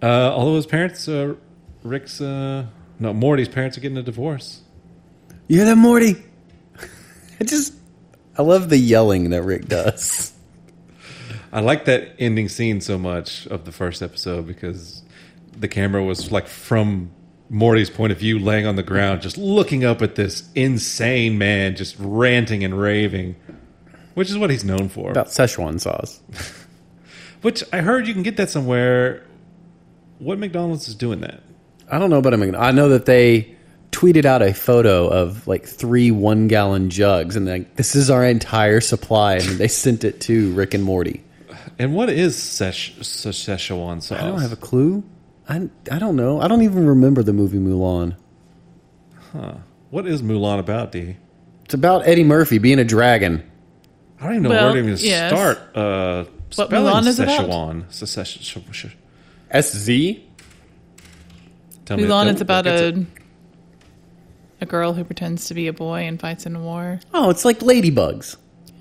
[SPEAKER 1] although his parents, uh, Rick's, uh, no, Morty's parents are getting a divorce.
[SPEAKER 2] You hear that, Morty? I just I love the yelling that Rick does.
[SPEAKER 1] I like that ending scene so much of the first episode because the camera was like from Morty's point of view, laying on the ground, just looking up at this insane man, just ranting and raving, which is what he's known for.
[SPEAKER 2] About Szechuan sauce.
[SPEAKER 1] Which I heard you can get that somewhere. What McDonald's is doing that?
[SPEAKER 2] I don't know, but I'm. I know that they tweeted out a photo of like three one gallon jugs, and like this is our entire supply, and they sent it to Rick and Morty.
[SPEAKER 1] And what is Szechuan Szechuan sauce?
[SPEAKER 2] I don't have a clue. I I don't know. I don't even remember the movie Mulan.
[SPEAKER 1] What is Mulan about, D?
[SPEAKER 2] It's about Eddie Murphy being a dragon.
[SPEAKER 1] I don't even know
[SPEAKER 3] Well,
[SPEAKER 1] where to even
[SPEAKER 3] yes.
[SPEAKER 1] start uh,
[SPEAKER 3] What
[SPEAKER 1] spelling
[SPEAKER 3] Mulan is about?
[SPEAKER 1] Szechuan. Szechuan.
[SPEAKER 2] S Z.
[SPEAKER 1] Tell me-
[SPEAKER 3] Mulan
[SPEAKER 1] tell-
[SPEAKER 3] is about
[SPEAKER 1] it's
[SPEAKER 3] a a girl who pretends to be a boy and fights in a war.
[SPEAKER 2] Oh, it's like ladybugs.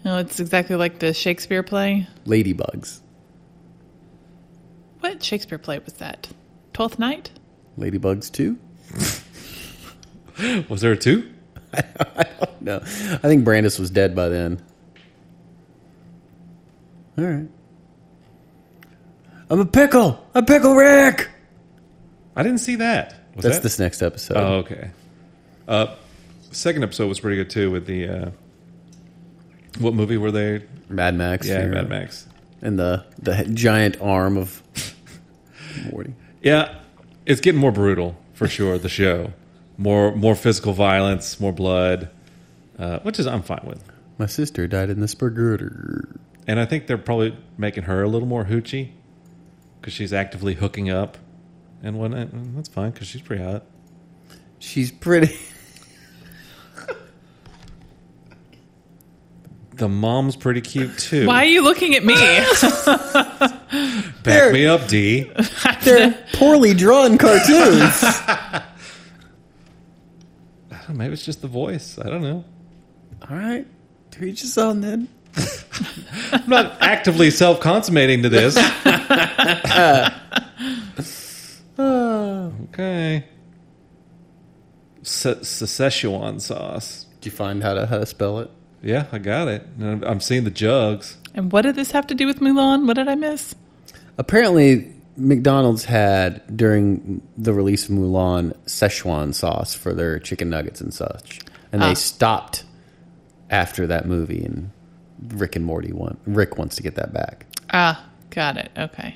[SPEAKER 3] No, it's exactly like the Shakespeare play.
[SPEAKER 2] Ladybugs.
[SPEAKER 3] What Shakespeare play was that? Twelfth Night?
[SPEAKER 2] Ladybugs too.
[SPEAKER 1] Was there a two?
[SPEAKER 2] No, I think Brandis was dead by then. All right. I'm a pickle. A pickle, Rick.
[SPEAKER 1] I didn't see that. Was
[SPEAKER 2] That's
[SPEAKER 1] that?
[SPEAKER 2] this next episode.
[SPEAKER 1] Oh, okay. Uh, second episode was pretty good too. With the uh, what movie were they?
[SPEAKER 2] Mad Max.
[SPEAKER 1] Yeah,
[SPEAKER 2] you're
[SPEAKER 1] Mad
[SPEAKER 2] right.
[SPEAKER 1] Max.
[SPEAKER 2] And the the giant arm of Morty.
[SPEAKER 1] Yeah, it's getting more brutal for sure. The show, more more physical violence, more blood, uh, which is I'm fine with.
[SPEAKER 2] My sister died in the spaghetti.
[SPEAKER 1] And I think they're probably making her a little more hoochie because she's actively hooking up and whatnot. And That's fine because she's pretty hot.
[SPEAKER 2] She's pretty.
[SPEAKER 1] The mom's pretty cute too.
[SPEAKER 3] Why are you looking at me?
[SPEAKER 1] Back me up, D.
[SPEAKER 2] They're poorly drawn cartoons.
[SPEAKER 1] Maybe it's just the voice. I don't know.
[SPEAKER 2] All right, to each his own. Then
[SPEAKER 1] I'm not actively self consummating to this. okay. Se- Szechuan sauce.
[SPEAKER 2] did you find how to how to spell it?
[SPEAKER 1] Yeah, I got it. And I'm- I'm seeing the jugs.
[SPEAKER 3] and what did this have to do with Mulan? What did I miss?
[SPEAKER 2] Apparently, McDonald's had during the release of Mulan Szechuan sauce for their chicken nuggets and such. and
[SPEAKER 3] Ah.
[SPEAKER 2] they stopped after that movie. And Rick and Morty want Rick wants to get that back.
[SPEAKER 3] Ah, got it. Okay.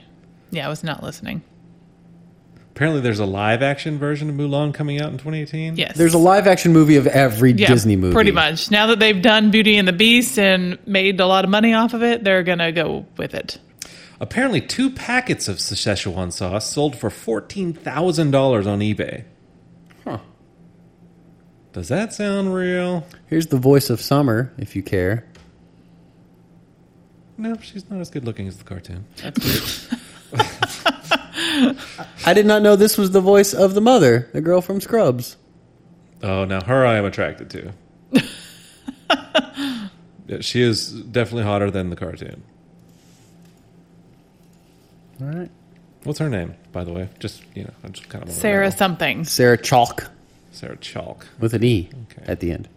[SPEAKER 3] Yeah, I was not listening.
[SPEAKER 1] Apparently, there's a live action version of Mulan coming out in 2018.
[SPEAKER 3] Yes.
[SPEAKER 2] There's a live action movie of every
[SPEAKER 3] Yeah,
[SPEAKER 2] Disney movie.
[SPEAKER 3] Pretty much. Now that they've done Beauty and the Beast and made a lot of money off of it, they're going to go with it.
[SPEAKER 1] Apparently, two packets of Szechuan sauce sold for $14,000 on eBay.
[SPEAKER 2] Huh.
[SPEAKER 1] Does that sound real?
[SPEAKER 2] Here's the voice of Summer, if you care.
[SPEAKER 1] No, she's not as good looking as the cartoon.
[SPEAKER 2] I did not know this was the voice of the mother, the girl from Scrubs.
[SPEAKER 1] Oh, now her I am attracted to. Yeah, she is definitely hotter than the cartoon.
[SPEAKER 2] All right.
[SPEAKER 1] What's her name, by the way? Just you know, I just kind of wanna
[SPEAKER 3] Sarah
[SPEAKER 1] know.
[SPEAKER 3] something.
[SPEAKER 2] Sarah Chalk
[SPEAKER 1] Sarah Chalk.
[SPEAKER 2] with an E
[SPEAKER 1] Okay.
[SPEAKER 2] at the end.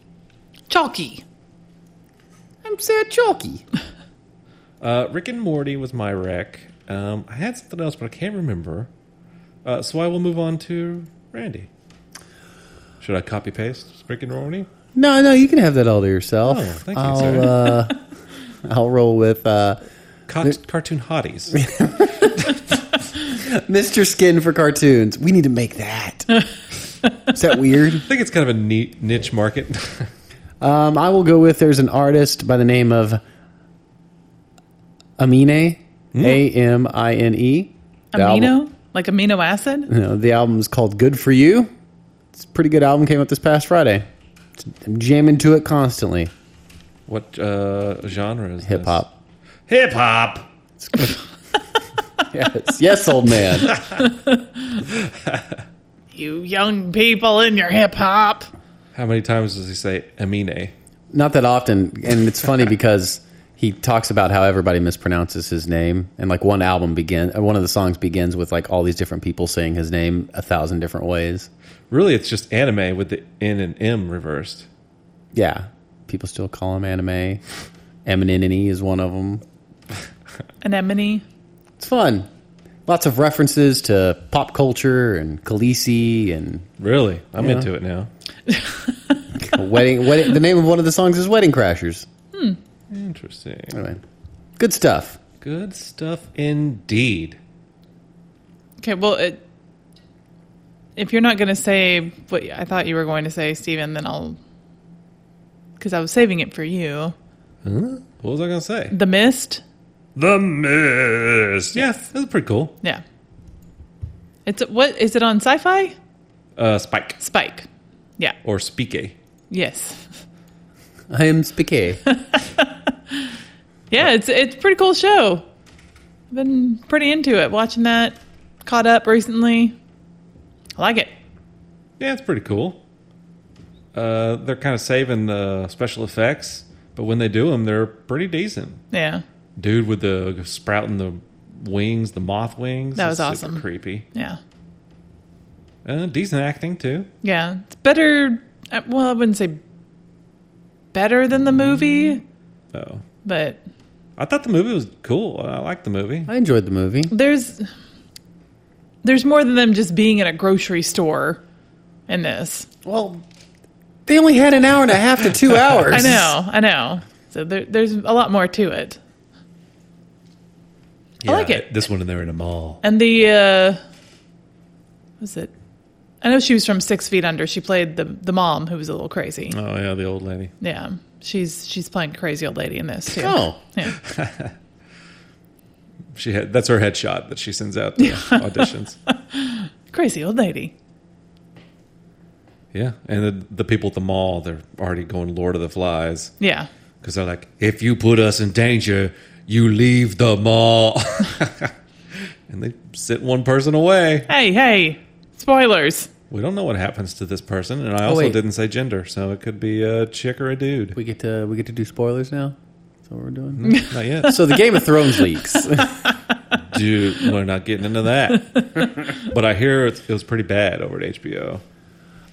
[SPEAKER 3] Chalky.
[SPEAKER 2] I'm Sarah Chalky.
[SPEAKER 1] Uh, Rick and Morty was my rec. Um, I had something else, but I can't remember. Uh, so I will move on to Randy. Should I copy paste Rick and Morty?
[SPEAKER 2] No, no, you can have that all to yourself.
[SPEAKER 1] Oh, thank you,
[SPEAKER 2] I'll,
[SPEAKER 1] Sarah.
[SPEAKER 2] uh, I'll roll with uh,
[SPEAKER 1] Cot- cartoon hotties.
[SPEAKER 2] Mr. Skin for cartoons. We need to make that. Is that weird?
[SPEAKER 1] I think it's kind of a neat niche market.
[SPEAKER 2] Um, I will go with there's an artist by the name of Amine, A M I N E. The album-
[SPEAKER 3] Amino? Like amino acid?
[SPEAKER 2] you know, the album's called Good For You. It's a pretty good album. Came out this past Friday. It's- I'm jamming to it constantly.
[SPEAKER 1] what uh, genre is
[SPEAKER 2] Hip hop.
[SPEAKER 1] Hip hop.
[SPEAKER 2] Yes. yes, old man.
[SPEAKER 3] You young people in your hip hop.
[SPEAKER 1] How many times does he say Amine?
[SPEAKER 2] Not that often. And it's funny because he talks about how everybody mispronounces his name. And like one album begin, uh, one of the songs begins with like all these different people saying his name a thousand different ways.
[SPEAKER 1] Really, it's just anime with the N and M reversed.
[SPEAKER 2] Yeah. People still call him anime. Eminenini is one of them.
[SPEAKER 3] Anemone.
[SPEAKER 2] It's fun. Lots of references to pop culture and Khaleesi and
[SPEAKER 1] Really, I'm
[SPEAKER 2] Yeah.
[SPEAKER 1] into it now.
[SPEAKER 2] wedding, wedding. The name of one of the songs is "Wedding Crashers."
[SPEAKER 1] Interesting.
[SPEAKER 2] Anyway, good stuff.
[SPEAKER 1] Good stuff indeed.
[SPEAKER 3] Okay, well, it, if you're not going to say what I thought you were going to say, Steven, then I'll. Because I was saving it for you.
[SPEAKER 1] What was I gonna say?
[SPEAKER 3] The Mist?
[SPEAKER 1] The Mist. Yeah, that's pretty cool.
[SPEAKER 3] Yeah. It's what is it on sci-fi?
[SPEAKER 1] Uh, Spike
[SPEAKER 3] Spike. Yeah.
[SPEAKER 1] or Spike.
[SPEAKER 3] Yes.
[SPEAKER 2] I am Spiquet.
[SPEAKER 3] Yeah, it's it's a pretty cool show. I've been pretty into it, watching that, caught up recently. I like it.
[SPEAKER 1] Yeah, it's pretty cool. Uh, they're kind of saving the special effects, but when they do them, they're pretty decent.
[SPEAKER 3] Yeah.
[SPEAKER 1] Dude with the sprouting the wings, the moth wings.
[SPEAKER 3] That
[SPEAKER 1] is
[SPEAKER 3] was
[SPEAKER 1] super
[SPEAKER 3] awesome.
[SPEAKER 1] Creepy.
[SPEAKER 3] Yeah.
[SPEAKER 1] Uh, decent acting too.
[SPEAKER 3] Yeah. It's better uh, well, I wouldn't say better than the movie,
[SPEAKER 1] Oh,
[SPEAKER 3] but
[SPEAKER 1] I thought the movie was cool. I liked the movie.
[SPEAKER 2] I enjoyed the movie.
[SPEAKER 3] there's there's more than them just being in a grocery store in this.
[SPEAKER 2] Well, they only had an hour and a half to two hours.
[SPEAKER 3] I know, I know. So there, there's a lot more to it. I like it.
[SPEAKER 1] This one and they're in a mall.
[SPEAKER 3] And the uh was it? I know she was from Six Feet Under. She played the the mom who was a little crazy.
[SPEAKER 1] Oh yeah, the old lady.
[SPEAKER 3] Yeah, she's she's playing crazy old lady in this too.
[SPEAKER 2] Oh,
[SPEAKER 3] Yeah.
[SPEAKER 1] She had that's her headshot that she sends out to auditions.
[SPEAKER 3] crazy old lady.
[SPEAKER 1] Yeah, and the, the people at the mall they're already going Lord of the Flies
[SPEAKER 3] Yeah,
[SPEAKER 1] because they're like, if you put us in danger, you leave the mall. and they sit one person away.
[SPEAKER 3] hey, hey, spoilers.
[SPEAKER 1] We don't know what happens to this person, and I
[SPEAKER 2] Oh,
[SPEAKER 1] also
[SPEAKER 2] wait.
[SPEAKER 1] didn't say gender, so it could be a chick or a dude.
[SPEAKER 2] we get to we get to do spoilers now. That's what we're doing.
[SPEAKER 1] Not yet,
[SPEAKER 2] so the Game of Thrones leaks.
[SPEAKER 1] dude. We're not getting into that. but I hear it's, it was pretty bad over at HBO.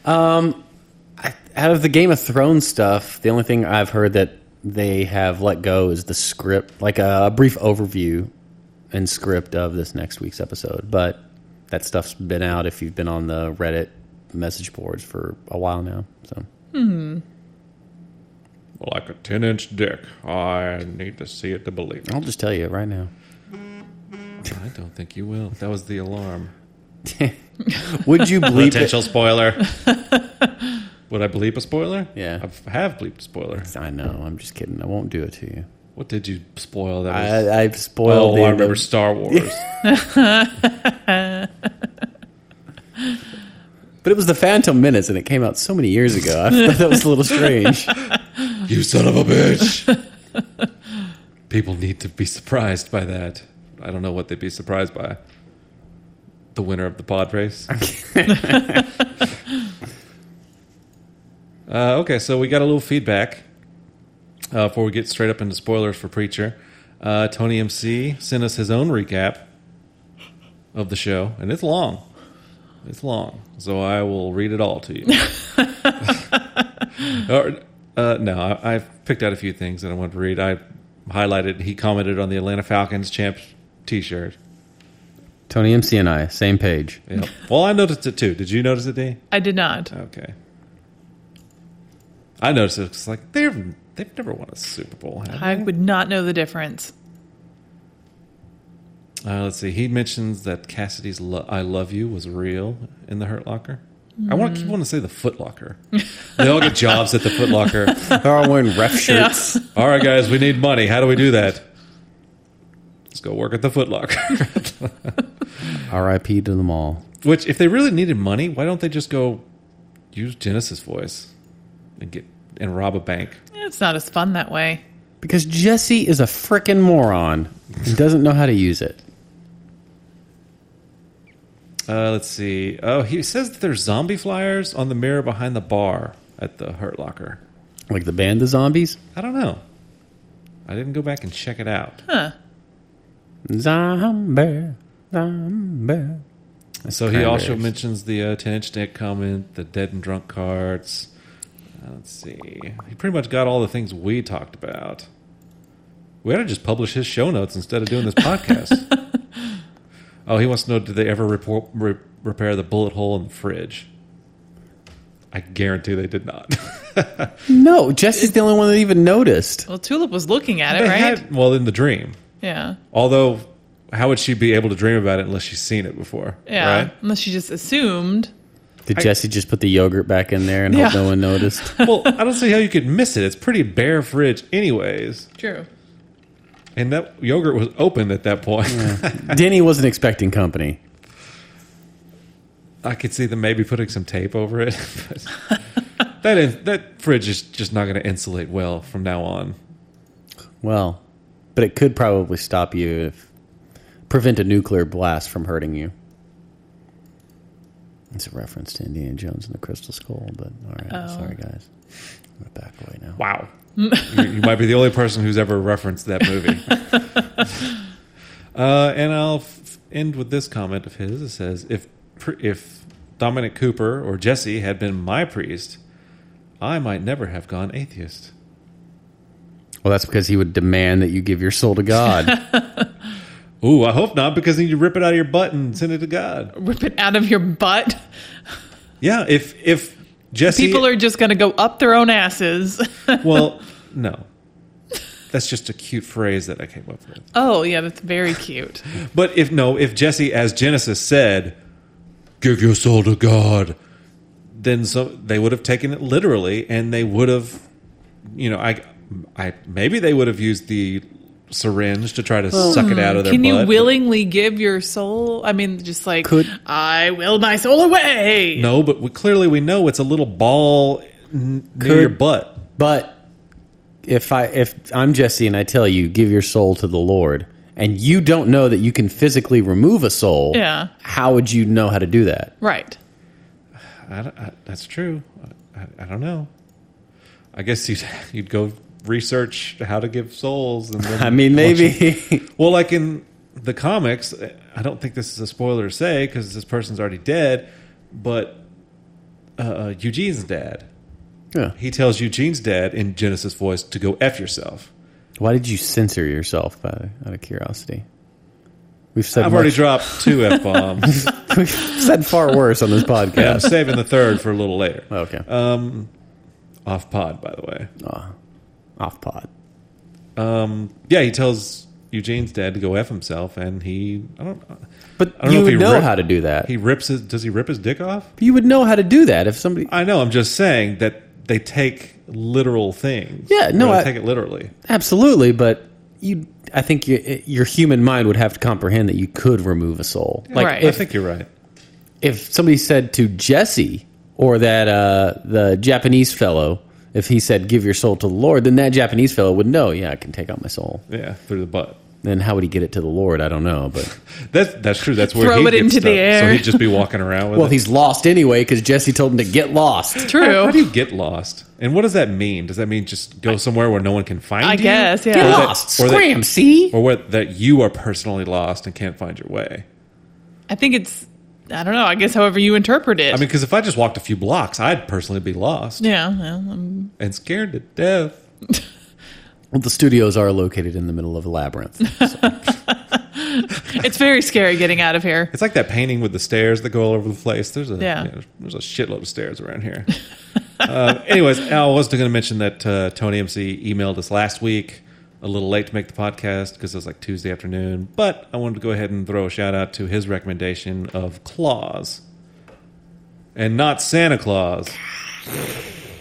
[SPEAKER 2] Out of the Game of Thrones stuff, the only thing I've heard that they have let go is the script, like a, a brief overview and script of this next week's episode. But that stuff's been out if you've been on the Reddit message boards for a while now. So
[SPEAKER 1] Like a 10 inch dick. I need to see it to believe it.
[SPEAKER 2] I'll just tell you right now.
[SPEAKER 1] I don't think you will. That was the alarm.
[SPEAKER 2] Would you bleep it?
[SPEAKER 1] Potential spoiler. Would I bleep a spoiler?
[SPEAKER 2] Yeah.
[SPEAKER 1] I f- have bleeped a spoiler.
[SPEAKER 2] I know. I'm just kidding. I won't do it to you.
[SPEAKER 1] What did you spoil that was?
[SPEAKER 2] I, I've
[SPEAKER 1] oh,
[SPEAKER 2] spoiled.
[SPEAKER 1] I
[SPEAKER 2] the-
[SPEAKER 1] remember Star Wars.
[SPEAKER 2] But it was the Phantom Minutes, and it came out so many years ago. I thought that was a little strange.
[SPEAKER 1] you son of a bitch. People need to be surprised by that. I don't know what they'd be surprised by. The winner of the pod race. uh, okay, so we got a little feedback uh, before we get straight up into spoilers for Preacher. Uh, Tony MC sent us his own recap of the show, and it's long. It's long, so I will read it all to you. Or, uh, no, I, I picked out a few things that I wanted to read. I highlighted. He commented on the Atlanta Falcons champ T-shirt.
[SPEAKER 2] Tony MC and I, same page.
[SPEAKER 1] Yep. well, I noticed it too. Did you notice it, D?
[SPEAKER 3] I did not.
[SPEAKER 1] Okay. I noticed it. It's like they've they've never won a Super Bowl. have
[SPEAKER 3] I
[SPEAKER 1] they?
[SPEAKER 3] would not know the difference.
[SPEAKER 1] Uh, let's see. He mentions that Cassidy's lo- "I Love You" was real in the Hurt Locker. I want to keep wanting to say the Foot Locker. they all get jobs at the Foot Locker.
[SPEAKER 2] They're all wearing ref shirts.
[SPEAKER 3] Yeah.
[SPEAKER 1] All right, guys, we need money. How do we do that? Let's go work at the Foot Locker.
[SPEAKER 2] R.I.P. to them all.
[SPEAKER 1] Which, if they really needed money, why don't they just go use Genesis voice and get and rob a bank?
[SPEAKER 3] It's not as fun that way.
[SPEAKER 2] Because Jesse is a frickin' moron and doesn't know how to use it.
[SPEAKER 1] Uh, let's see. Oh, he says that there's zombie flyers on the mirror behind the bar at the Hurt Locker.
[SPEAKER 2] Like the band of zombies?
[SPEAKER 1] I don't know. I didn't go back and check it out.
[SPEAKER 2] Zombie. Zombie.
[SPEAKER 1] so he also
[SPEAKER 2] cranberries.
[SPEAKER 1] mentions the uh, 10 inch dick comment, the dead and drunk carts. Uh, let's see. He pretty much got all the things we talked about. We ought to just publish his show notes instead of doing this podcast. oh, he wants to know did they ever report, re- repair the bullet hole in the fridge? I guarantee they did not.
[SPEAKER 2] No, Jesse's the only one that even noticed.
[SPEAKER 3] Well, Tulip was looking at it,
[SPEAKER 1] They
[SPEAKER 3] right?
[SPEAKER 1] had- well, in the dream.
[SPEAKER 3] yeah.
[SPEAKER 1] Although, how would she be able to dream about it unless she's seen it before?
[SPEAKER 3] Yeah.
[SPEAKER 1] Right?
[SPEAKER 3] Unless she just assumed.
[SPEAKER 2] Did Jesse just put the yogurt back in there and hope
[SPEAKER 3] Yeah.
[SPEAKER 2] no one noticed?
[SPEAKER 1] well, I don't see how you could miss it. It's pretty bare fridge, anyways.
[SPEAKER 3] True.
[SPEAKER 1] And that yogurt was open at that point.
[SPEAKER 2] Denny wasn't expecting company.
[SPEAKER 1] I could see them maybe putting some tape over it. but that is, that fridge is just not going to insulate well from now on.
[SPEAKER 2] Well, but it could probably stop you if prevent a nuclear blast from hurting you. It's a reference to Indiana Jones and the Crystal Skull, but all right, sorry guys. I'm gonna back away now.
[SPEAKER 1] Wow. you, you might be the only person who's ever referenced that movie. uh, and I'll f- end with this comment of his. It says, if, pr- if Dominic Cooper or Jesse had been my priest, I might never have gone atheist.
[SPEAKER 2] Well, that's because he would demand that you give your soul to God.
[SPEAKER 1] Ooh, I hope not, because then you rip it out of your butt and send it to God.
[SPEAKER 3] Rip it out of your butt.
[SPEAKER 1] Yeah, if if Jesse,
[SPEAKER 3] People are just going to go up their own asses.
[SPEAKER 1] well, no, that's just a cute phrase that I came up with.
[SPEAKER 3] oh, yeah, that's very cute.
[SPEAKER 1] But if no, if Jesse, as Genesis said, "Give your soul to God," then so they would have taken it literally, and they would have, you know, I, I maybe they would have used the syringe to try to suck it out of their
[SPEAKER 3] Can
[SPEAKER 1] butt.
[SPEAKER 3] you willingly give your soul? I mean, just like,
[SPEAKER 2] Could-
[SPEAKER 3] I will my soul away.
[SPEAKER 1] no, but we, clearly we know it's a little ball n- near
[SPEAKER 2] Could-
[SPEAKER 1] your butt.
[SPEAKER 2] but if I if I'm Jesse and I tell you give your soul to the Lord and you don't know that you can physically remove a soul,
[SPEAKER 3] Yeah.
[SPEAKER 2] how would you know how to do that?
[SPEAKER 3] Right.
[SPEAKER 1] I, don't- I- that's true. I, I don't know. I guess you'd you'd go research how to give souls, and then
[SPEAKER 2] I mean, maybe
[SPEAKER 1] well, like in the comics, I don't think this is a spoiler to say because this person's already dead, but uh, Eugene's dad.
[SPEAKER 2] Yeah.
[SPEAKER 1] He tells Eugene's dad in Genesis voice to go f yourself.
[SPEAKER 2] Why did you censor yourself by, out of curiosity? We've said
[SPEAKER 1] I've already
[SPEAKER 2] much-
[SPEAKER 1] dropped two f bombs.
[SPEAKER 2] we've said far worse on this
[SPEAKER 1] I'm
[SPEAKER 2] podcast. Oh,
[SPEAKER 1] Uh, saving the third for a little later.
[SPEAKER 2] Okay.
[SPEAKER 1] Off pod, by the way.
[SPEAKER 2] Aw. off pod.
[SPEAKER 1] Yeah, he tells Eugene's dad to go f himself, and he I don't.
[SPEAKER 2] But
[SPEAKER 1] I don't know
[SPEAKER 2] you
[SPEAKER 1] if
[SPEAKER 2] would
[SPEAKER 1] he
[SPEAKER 2] know
[SPEAKER 1] rip-
[SPEAKER 2] how to do that.
[SPEAKER 1] He rips his. Does he rip his dick off?
[SPEAKER 2] you would know how to do that if somebody.
[SPEAKER 1] I know. I'm just saying that they take literal things.
[SPEAKER 2] Yeah, no,
[SPEAKER 1] Or they
[SPEAKER 2] I-
[SPEAKER 1] take it literally.
[SPEAKER 2] Absolutely, but you. I think your your human mind would have to comprehend that you could remove a soul. Like
[SPEAKER 3] Right.
[SPEAKER 1] I
[SPEAKER 2] if
[SPEAKER 1] think you're right.
[SPEAKER 2] if somebody said to Jesse or that uh, the Japanese fellow, if he said, "Give your soul to the Lord," then that Japanese fellow would know. Yeah, I can take out my soul.
[SPEAKER 1] Yeah, through the butt.
[SPEAKER 2] Then how would he get it to the Lord? I don't know, but
[SPEAKER 1] That's that's true. That's where
[SPEAKER 3] Throw
[SPEAKER 1] he
[SPEAKER 3] it
[SPEAKER 1] gets
[SPEAKER 3] into the
[SPEAKER 1] stuff. So
[SPEAKER 3] air.
[SPEAKER 1] he'd just be walking around with
[SPEAKER 2] well,
[SPEAKER 1] it.
[SPEAKER 2] he's lost anyway because Jesse told him to get lost.
[SPEAKER 1] How,
[SPEAKER 3] True.
[SPEAKER 1] how do you get lost? And what does that mean? Does that mean just go somewhere where no one can find you?
[SPEAKER 3] I guess,
[SPEAKER 2] Get
[SPEAKER 3] yeah.
[SPEAKER 1] that-
[SPEAKER 2] lost,
[SPEAKER 1] or that-
[SPEAKER 2] scram, see?
[SPEAKER 1] Or what, that you are personally lost and can't find your way?
[SPEAKER 3] I think it's, I don't know, I guess however you interpret it.
[SPEAKER 1] I mean, because if I just walked a few blocks, I'd personally be lost
[SPEAKER 3] yeah, well, um,
[SPEAKER 1] and scared to death.
[SPEAKER 2] Well, the studios are located in the middle of a labyrinth.
[SPEAKER 3] it's very scary getting out of here.
[SPEAKER 1] It's like that painting with the stairs that go all over the place. There's a
[SPEAKER 3] Yeah.
[SPEAKER 1] yeah, there's a shitload of stairs around here. uh, anyways, Al, I was going to mention that uh, Tony MC emailed us last week, a little late to make the podcast because it was like Tuesday afternoon. But I wanted to go ahead and throw a shout out to his recommendation of Claus, and not Santa Claus.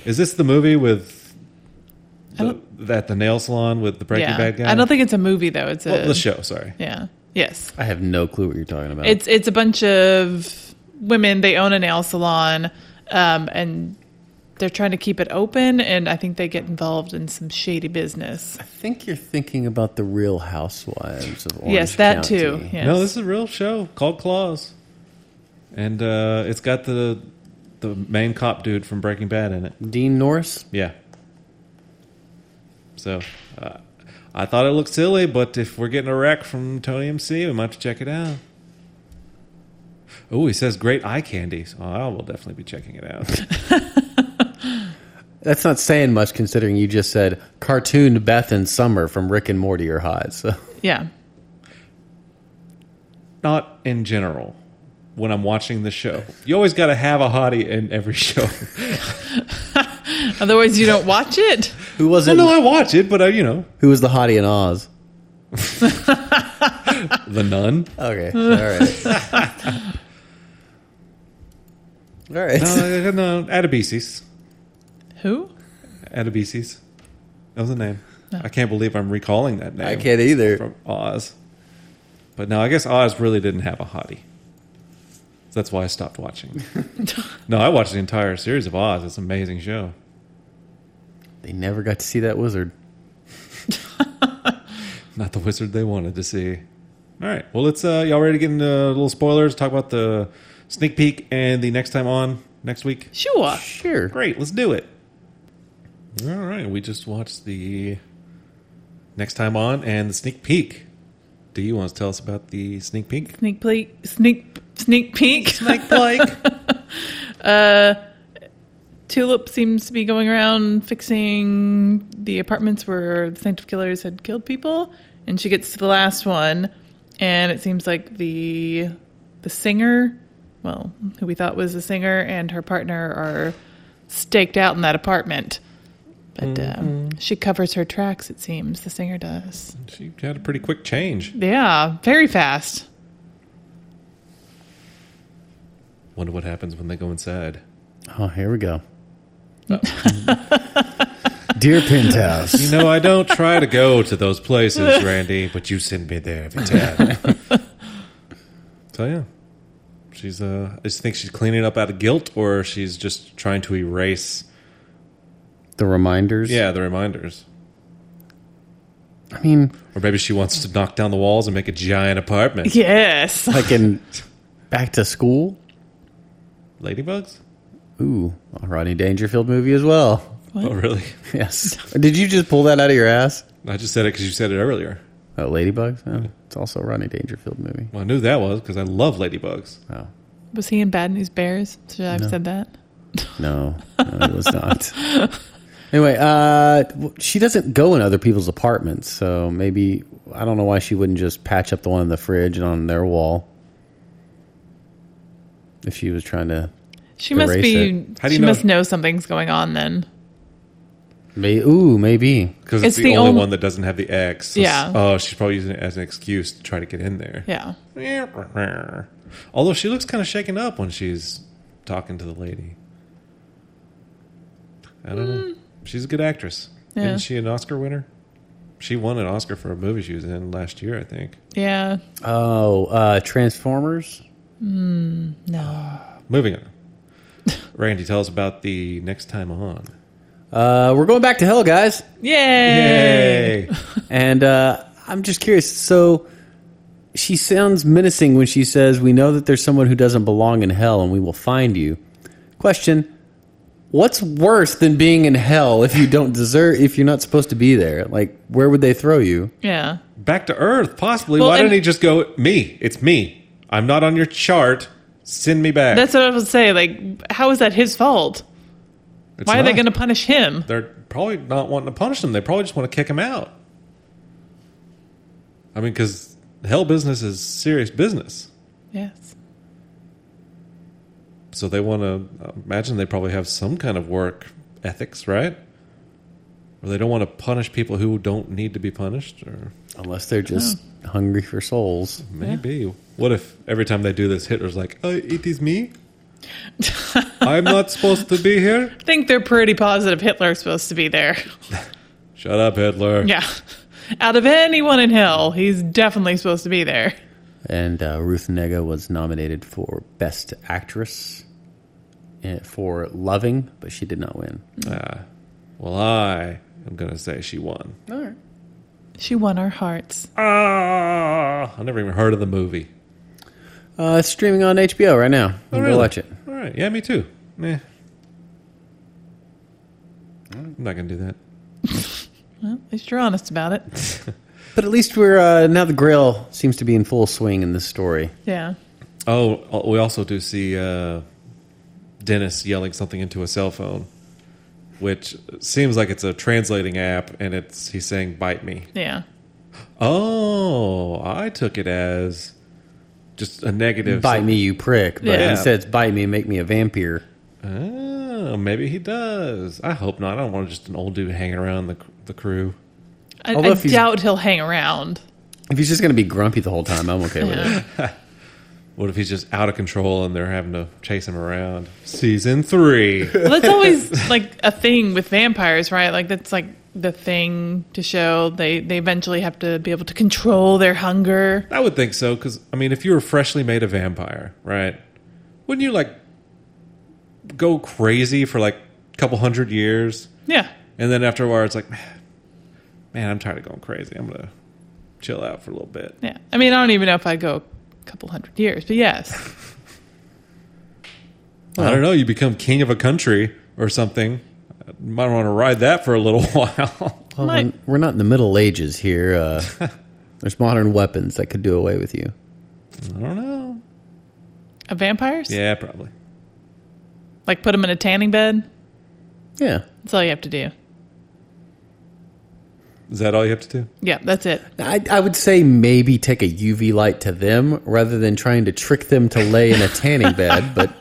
[SPEAKER 1] Is this the movie with the, that the nail salon with the Breaking
[SPEAKER 3] Yeah.
[SPEAKER 1] Bad guy?
[SPEAKER 3] I don't think it's a movie, though. It's a,
[SPEAKER 1] Well, the show. Oh. Sorry.
[SPEAKER 3] yeah. Yes.
[SPEAKER 2] I have no clue what you're talking about.
[SPEAKER 3] It's it's a bunch of women. They own a nail salon, um, and they're trying to keep it open. And I think they get involved in some shady business.
[SPEAKER 2] I think you're thinking about the Real Housewives of Orange
[SPEAKER 3] yes, that
[SPEAKER 2] County.
[SPEAKER 3] too. Yes.
[SPEAKER 1] No, this is a real show called Claws, and uh, it's got the the main cop dude from Breaking Bad in it.
[SPEAKER 2] Dean Norris.
[SPEAKER 1] Yeah. So, uh, I thought it looked silly, but if we're getting a wreck from Tony MC, we might have to check it out. Oh, he says great eye candy. So I will definitely be checking it out.
[SPEAKER 2] That's not saying much considering you just said cartoon Beth and Summer from Rick and Morty are hot. So
[SPEAKER 3] yeah,
[SPEAKER 1] Not in general. When I'm watching the show, you always got to have a hottie in every show.
[SPEAKER 3] otherwise you don't watch it.
[SPEAKER 2] who was
[SPEAKER 1] well,
[SPEAKER 2] it?
[SPEAKER 1] no, I watch it, but I, you know,
[SPEAKER 2] who was the hottie in Oz?
[SPEAKER 1] the nun.
[SPEAKER 2] Okay, all right, all right.
[SPEAKER 1] No, no, Atabesis.
[SPEAKER 3] Who?
[SPEAKER 1] Atabesis. That was the name. I can't believe I'm recalling that name.
[SPEAKER 2] I can't either.
[SPEAKER 1] From Oz. But no, I guess Oz really didn't have a hottie. So that's why I stopped watching. no, I watched the entire series of Oz. It's an amazing show.
[SPEAKER 2] They never got to see that wizard.
[SPEAKER 1] Not the wizard they wanted to see. All right. Well, let's, uh, y'all ready to get into a little spoilers, talk about the sneak peek and the next time on next week?
[SPEAKER 3] Sure.
[SPEAKER 2] Sure.
[SPEAKER 1] Great, let's do it. All right, we just watched the next time on and the sneak peek. Do you want to tell us about the sneak peek?
[SPEAKER 3] Sneak peek. Sneak sneak peek. Uh,
[SPEAKER 1] Like, like,
[SPEAKER 3] Tulip seems to be going around fixing the apartments where the Saint of Killers had killed people, and she gets to the last one, and it seems like the the singer, well, who we thought was the singer, and her partner are staked out in that apartment. But um, she covers her tracks. It seems the singer does.
[SPEAKER 1] she had a pretty quick change.
[SPEAKER 3] Yeah, very fast.
[SPEAKER 1] Wonder what happens when they go inside.
[SPEAKER 2] Oh, here we go. Dear Penthouse,
[SPEAKER 1] You know, I don't try to go to those places, Randy, but you send me there every time. so yeah, she's uh, I just think she's cleaning up out of guilt, or she's just trying to erase.
[SPEAKER 2] the reminders.
[SPEAKER 1] Yeah, the reminders.
[SPEAKER 2] I mean,
[SPEAKER 1] Or maybe she wants to knock down the walls and make a giant apartment.
[SPEAKER 3] Yes.
[SPEAKER 2] like in Back to School.
[SPEAKER 1] Ladybugs?
[SPEAKER 2] Ooh, a Rodney Dangerfield movie as well.
[SPEAKER 1] Oh, really?
[SPEAKER 2] Yes. Did you just pull that out of your ass?
[SPEAKER 1] I just said it because you said it earlier.
[SPEAKER 2] Oh, Ladybugs. Oh, it's also a Rodney Dangerfield movie.
[SPEAKER 1] Well, I knew that was because I love ladybugs.
[SPEAKER 2] Oh
[SPEAKER 3] Was he in Bad News Bears? Should I have said that?
[SPEAKER 2] no, no it was not. Anyway, uh, w- she doesn't go in other people's apartments, so maybe I don't know why she wouldn't just patch up the one in the fridge and on their wall. If she was trying to,
[SPEAKER 3] She must
[SPEAKER 2] Erase
[SPEAKER 3] be.
[SPEAKER 2] it.
[SPEAKER 1] How do you
[SPEAKER 3] she
[SPEAKER 1] know-
[SPEAKER 3] must know something's going on then.
[SPEAKER 2] May, ooh, maybe.
[SPEAKER 1] because it's,
[SPEAKER 3] It's
[SPEAKER 1] the,
[SPEAKER 3] the
[SPEAKER 1] only
[SPEAKER 3] only-
[SPEAKER 1] one that doesn't have the X. So
[SPEAKER 3] Yeah.
[SPEAKER 1] Oh, she's probably using it as an excuse to try to get in there.
[SPEAKER 3] Yeah.
[SPEAKER 1] Although she looks kind of shaken up when she's talking to the lady. I don't know. She's a good actress.
[SPEAKER 3] Mm. Yeah.
[SPEAKER 1] Isn't she an Oscar winner? She won an Oscar for a movie she was in last year, I think.
[SPEAKER 3] Yeah.
[SPEAKER 2] Oh, uh, Transformers.
[SPEAKER 3] No.
[SPEAKER 1] Moving on. Randy, tell us about the next time on.
[SPEAKER 2] Uh, we're going back to hell, guys.
[SPEAKER 3] Yay.
[SPEAKER 2] and uh, I'm just curious. So she sounds menacing when she says, "We know that there's someone who doesn't belong in hell, and we will find you." Question: What's worse than being in hell if you don't deserve, if you're not supposed to be there? Like, where would they throw you?
[SPEAKER 3] Yeah.
[SPEAKER 1] Back to Earth, possibly.
[SPEAKER 3] Well,
[SPEAKER 1] Why
[SPEAKER 3] and-
[SPEAKER 1] didn't he just go, me? It's me. I'm not on your chart. Send me back.
[SPEAKER 3] That's what I was say. Like, how is that his fault?
[SPEAKER 1] It's
[SPEAKER 3] Why are they
[SPEAKER 1] not.
[SPEAKER 3] going to punish him?
[SPEAKER 1] They're probably not wanting to punish them. They probably just want to kick him out. I mean, because hell business is serious business.
[SPEAKER 3] Yes.
[SPEAKER 1] So they want to imagine they probably have some kind of work ethics, right? Or they don't want to punish people who don't need to be punished, or
[SPEAKER 2] Unless they're just hungry for souls.
[SPEAKER 1] maybe. What if every time they do this, Hitler's like, oh, "It is me. I'm not supposed to be here."
[SPEAKER 3] I think they're pretty positive Hitler's supposed to be there.
[SPEAKER 1] Shut up, Hitler.
[SPEAKER 3] Yeah. Out of anyone in hell, he's definitely supposed to be there.
[SPEAKER 2] And uh, Ruth Nega was nominated for Best Actress eh, for Loving, but she did not win.
[SPEAKER 1] Ah. well, I am gonna say she won.
[SPEAKER 2] All right.
[SPEAKER 3] She won our hearts.
[SPEAKER 1] Ah, I never even heard of the movie.
[SPEAKER 2] Uh, it's streaming on HBO right now. You can go
[SPEAKER 1] Oh, really?
[SPEAKER 2] watch it.
[SPEAKER 1] All right. Yeah, me too. Meh. I'm not gonna do that.
[SPEAKER 3] At least you're honest about it.
[SPEAKER 2] But at least we're uh, now the grill seems to be in full swing in this story.
[SPEAKER 3] Yeah.
[SPEAKER 1] Oh, al- we also do see uh, Dennis yelling something into a cell phone, which seems like it's a translating app, and it's he's saying "bite me."
[SPEAKER 3] Yeah.
[SPEAKER 1] Oh, I took it as just a negative.
[SPEAKER 2] Bite me, you prick! But
[SPEAKER 3] Yeah.
[SPEAKER 2] instead, it's bite me, make me a vampire.
[SPEAKER 1] Oh, maybe he does. I hope not. I don't want just an old dude hanging around the the crew.
[SPEAKER 3] I,
[SPEAKER 2] Although
[SPEAKER 3] I
[SPEAKER 2] if he's-
[SPEAKER 3] doubt he'll hang around.
[SPEAKER 2] If he's just going to be grumpy the whole time, I'm okay with it.
[SPEAKER 3] Yeah.
[SPEAKER 1] What if he's just out of control and they're having to chase him around? Season three.
[SPEAKER 3] Well, that's always like a thing with vampires, right? Like that's like the thing to show they they eventually have to be able to control their hunger.
[SPEAKER 1] I would think so, because I mean, if you were freshly made a vampire, right? Wouldn't you like go crazy for like a couple hundred years,
[SPEAKER 3] Yeah.
[SPEAKER 1] and then after a while, it's like, man, I'm tired of going crazy. I'm gonna chill out for a little bit.
[SPEAKER 3] Yeah. I mean, I don't even know if I go a couple hundred years, but yes.
[SPEAKER 1] I don't know. You become king of a country or something. Might want to ride that for a little while.
[SPEAKER 2] Well,
[SPEAKER 3] Might-
[SPEAKER 2] we're, we're not in the Middle Ages here. Uh, there's modern weapons that could do away with you.
[SPEAKER 1] I don't know.
[SPEAKER 3] Of vampires?
[SPEAKER 1] Yeah, probably.
[SPEAKER 3] Like put them in a tanning bed?
[SPEAKER 2] Yeah,
[SPEAKER 3] That's all you have to do.
[SPEAKER 1] Is that all you have to do?
[SPEAKER 3] Yeah, that's it.
[SPEAKER 2] I, I would say maybe take a UV light to them rather than trying to trick them to lay in a tanning bed. But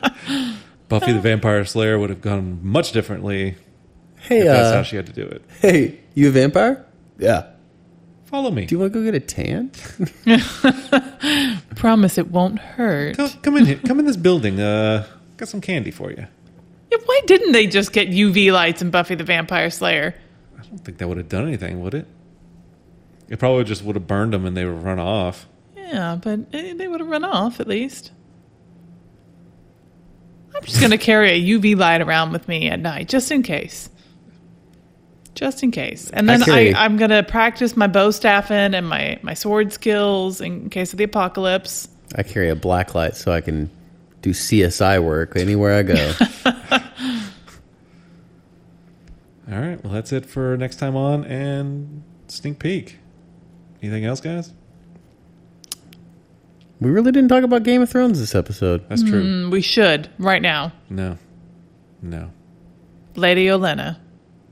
[SPEAKER 1] Buffy the Vampire Slayer would have gone much differently if
[SPEAKER 2] hey,
[SPEAKER 1] that's how
[SPEAKER 2] uh,
[SPEAKER 1] she had to do it.
[SPEAKER 2] hey, you a vampire? Yeah.
[SPEAKER 1] Follow me.
[SPEAKER 2] Do you want to go get a tan?
[SPEAKER 3] Promise it won't hurt.
[SPEAKER 1] Come, come in here. Come in this building. Uh, got some candy for you.
[SPEAKER 3] Yeah, why didn't they just get UV lights in Buffy the Vampire Slayer?
[SPEAKER 1] I don't think that would have done anything, would it? It probably just would have burned them and they would run off.
[SPEAKER 3] Yeah, but eh, they would have run off at least. I'm just going to carry a UV light around with me at night, just in case. Just in case. And
[SPEAKER 2] I
[SPEAKER 3] then I,
[SPEAKER 2] carry-
[SPEAKER 3] I, am going to practice my bow staffing and my, my sword skills in case of the apocalypse.
[SPEAKER 2] I carry a black light so I can do CSI work anywhere I go.
[SPEAKER 1] All right. Well, that's it for next time on and sneak peek. Anything else, guys?
[SPEAKER 2] we really didn't talk about Game of Thrones this episode.
[SPEAKER 1] That's true.
[SPEAKER 3] Mm, We should, right now.
[SPEAKER 2] Mm-hmm.
[SPEAKER 1] No. No.
[SPEAKER 3] Lady Olenna.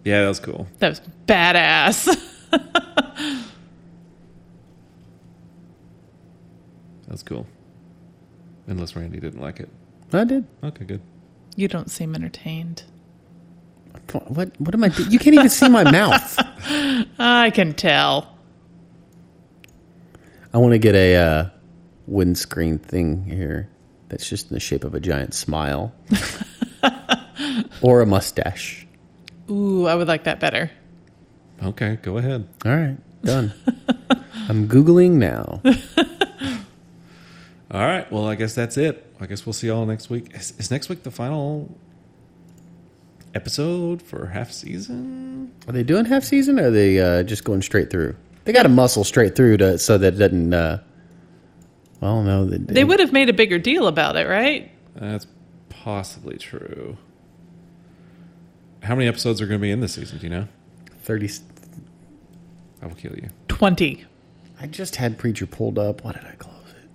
[SPEAKER 1] Yeah, that was cool.
[SPEAKER 3] That was badass.
[SPEAKER 1] That was cool. Unless Randy didn't like it.
[SPEAKER 2] I did.
[SPEAKER 1] Okay, good.
[SPEAKER 3] you don't seem entertained.
[SPEAKER 2] point? What what am I? Do- you can't even see my mouth.
[SPEAKER 3] I can tell.
[SPEAKER 2] I want to get a uh, windscreen thing here that's just in the shape of a giant smile or a mustache.
[SPEAKER 3] Ooh, I would like that better.
[SPEAKER 1] Okay, go ahead.
[SPEAKER 2] All right, done. I'm googling now.
[SPEAKER 1] All right. Well, I guess that's it. I guess we'll see y'all next week. Is, is next week the final episode for half season?
[SPEAKER 2] Are they doing half season? Or are they uh, just going straight through? They got to muscle straight through to so that it doesn't. Uh, well, no, they,
[SPEAKER 3] They would have made a bigger deal about it, right?
[SPEAKER 1] That's possibly true. How many episodes are going to be in this season? Do you know?
[SPEAKER 2] thirty.
[SPEAKER 1] I will kill you.
[SPEAKER 3] 20.
[SPEAKER 2] I just had preacher pulled up. Why did I close it?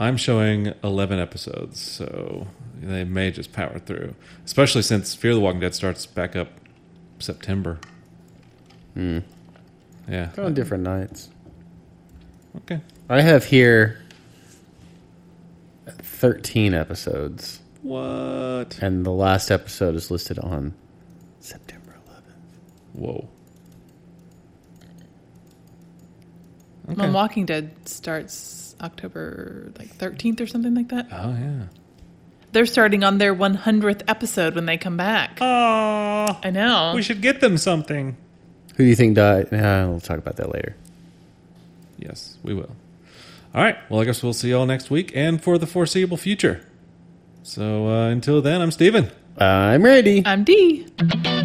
[SPEAKER 1] I'm showing 11 episodes, so they may just power through, especially since Fear the Walking Dead starts back up September. Yeah.
[SPEAKER 2] They're on different nights.
[SPEAKER 1] Okay.
[SPEAKER 2] I have here thirteen episodes,
[SPEAKER 1] What?
[SPEAKER 2] and the last episode is listed on September 11th.
[SPEAKER 1] Whoa.
[SPEAKER 3] When Walking Dead starts October like 13th or something like that.
[SPEAKER 1] Oh, yeah.
[SPEAKER 3] They're starting on their 100th episode when they come back.
[SPEAKER 1] Oh,
[SPEAKER 3] I know.
[SPEAKER 1] should get them something.
[SPEAKER 2] Who do you think died? Nah, we'll talk about that later.
[SPEAKER 1] Yes, we will. All right. Well, I guess we'll see y'all next week and for the foreseeable future. So uh, until then, I'm Steven.
[SPEAKER 2] I'm ready.
[SPEAKER 3] I'm Dee.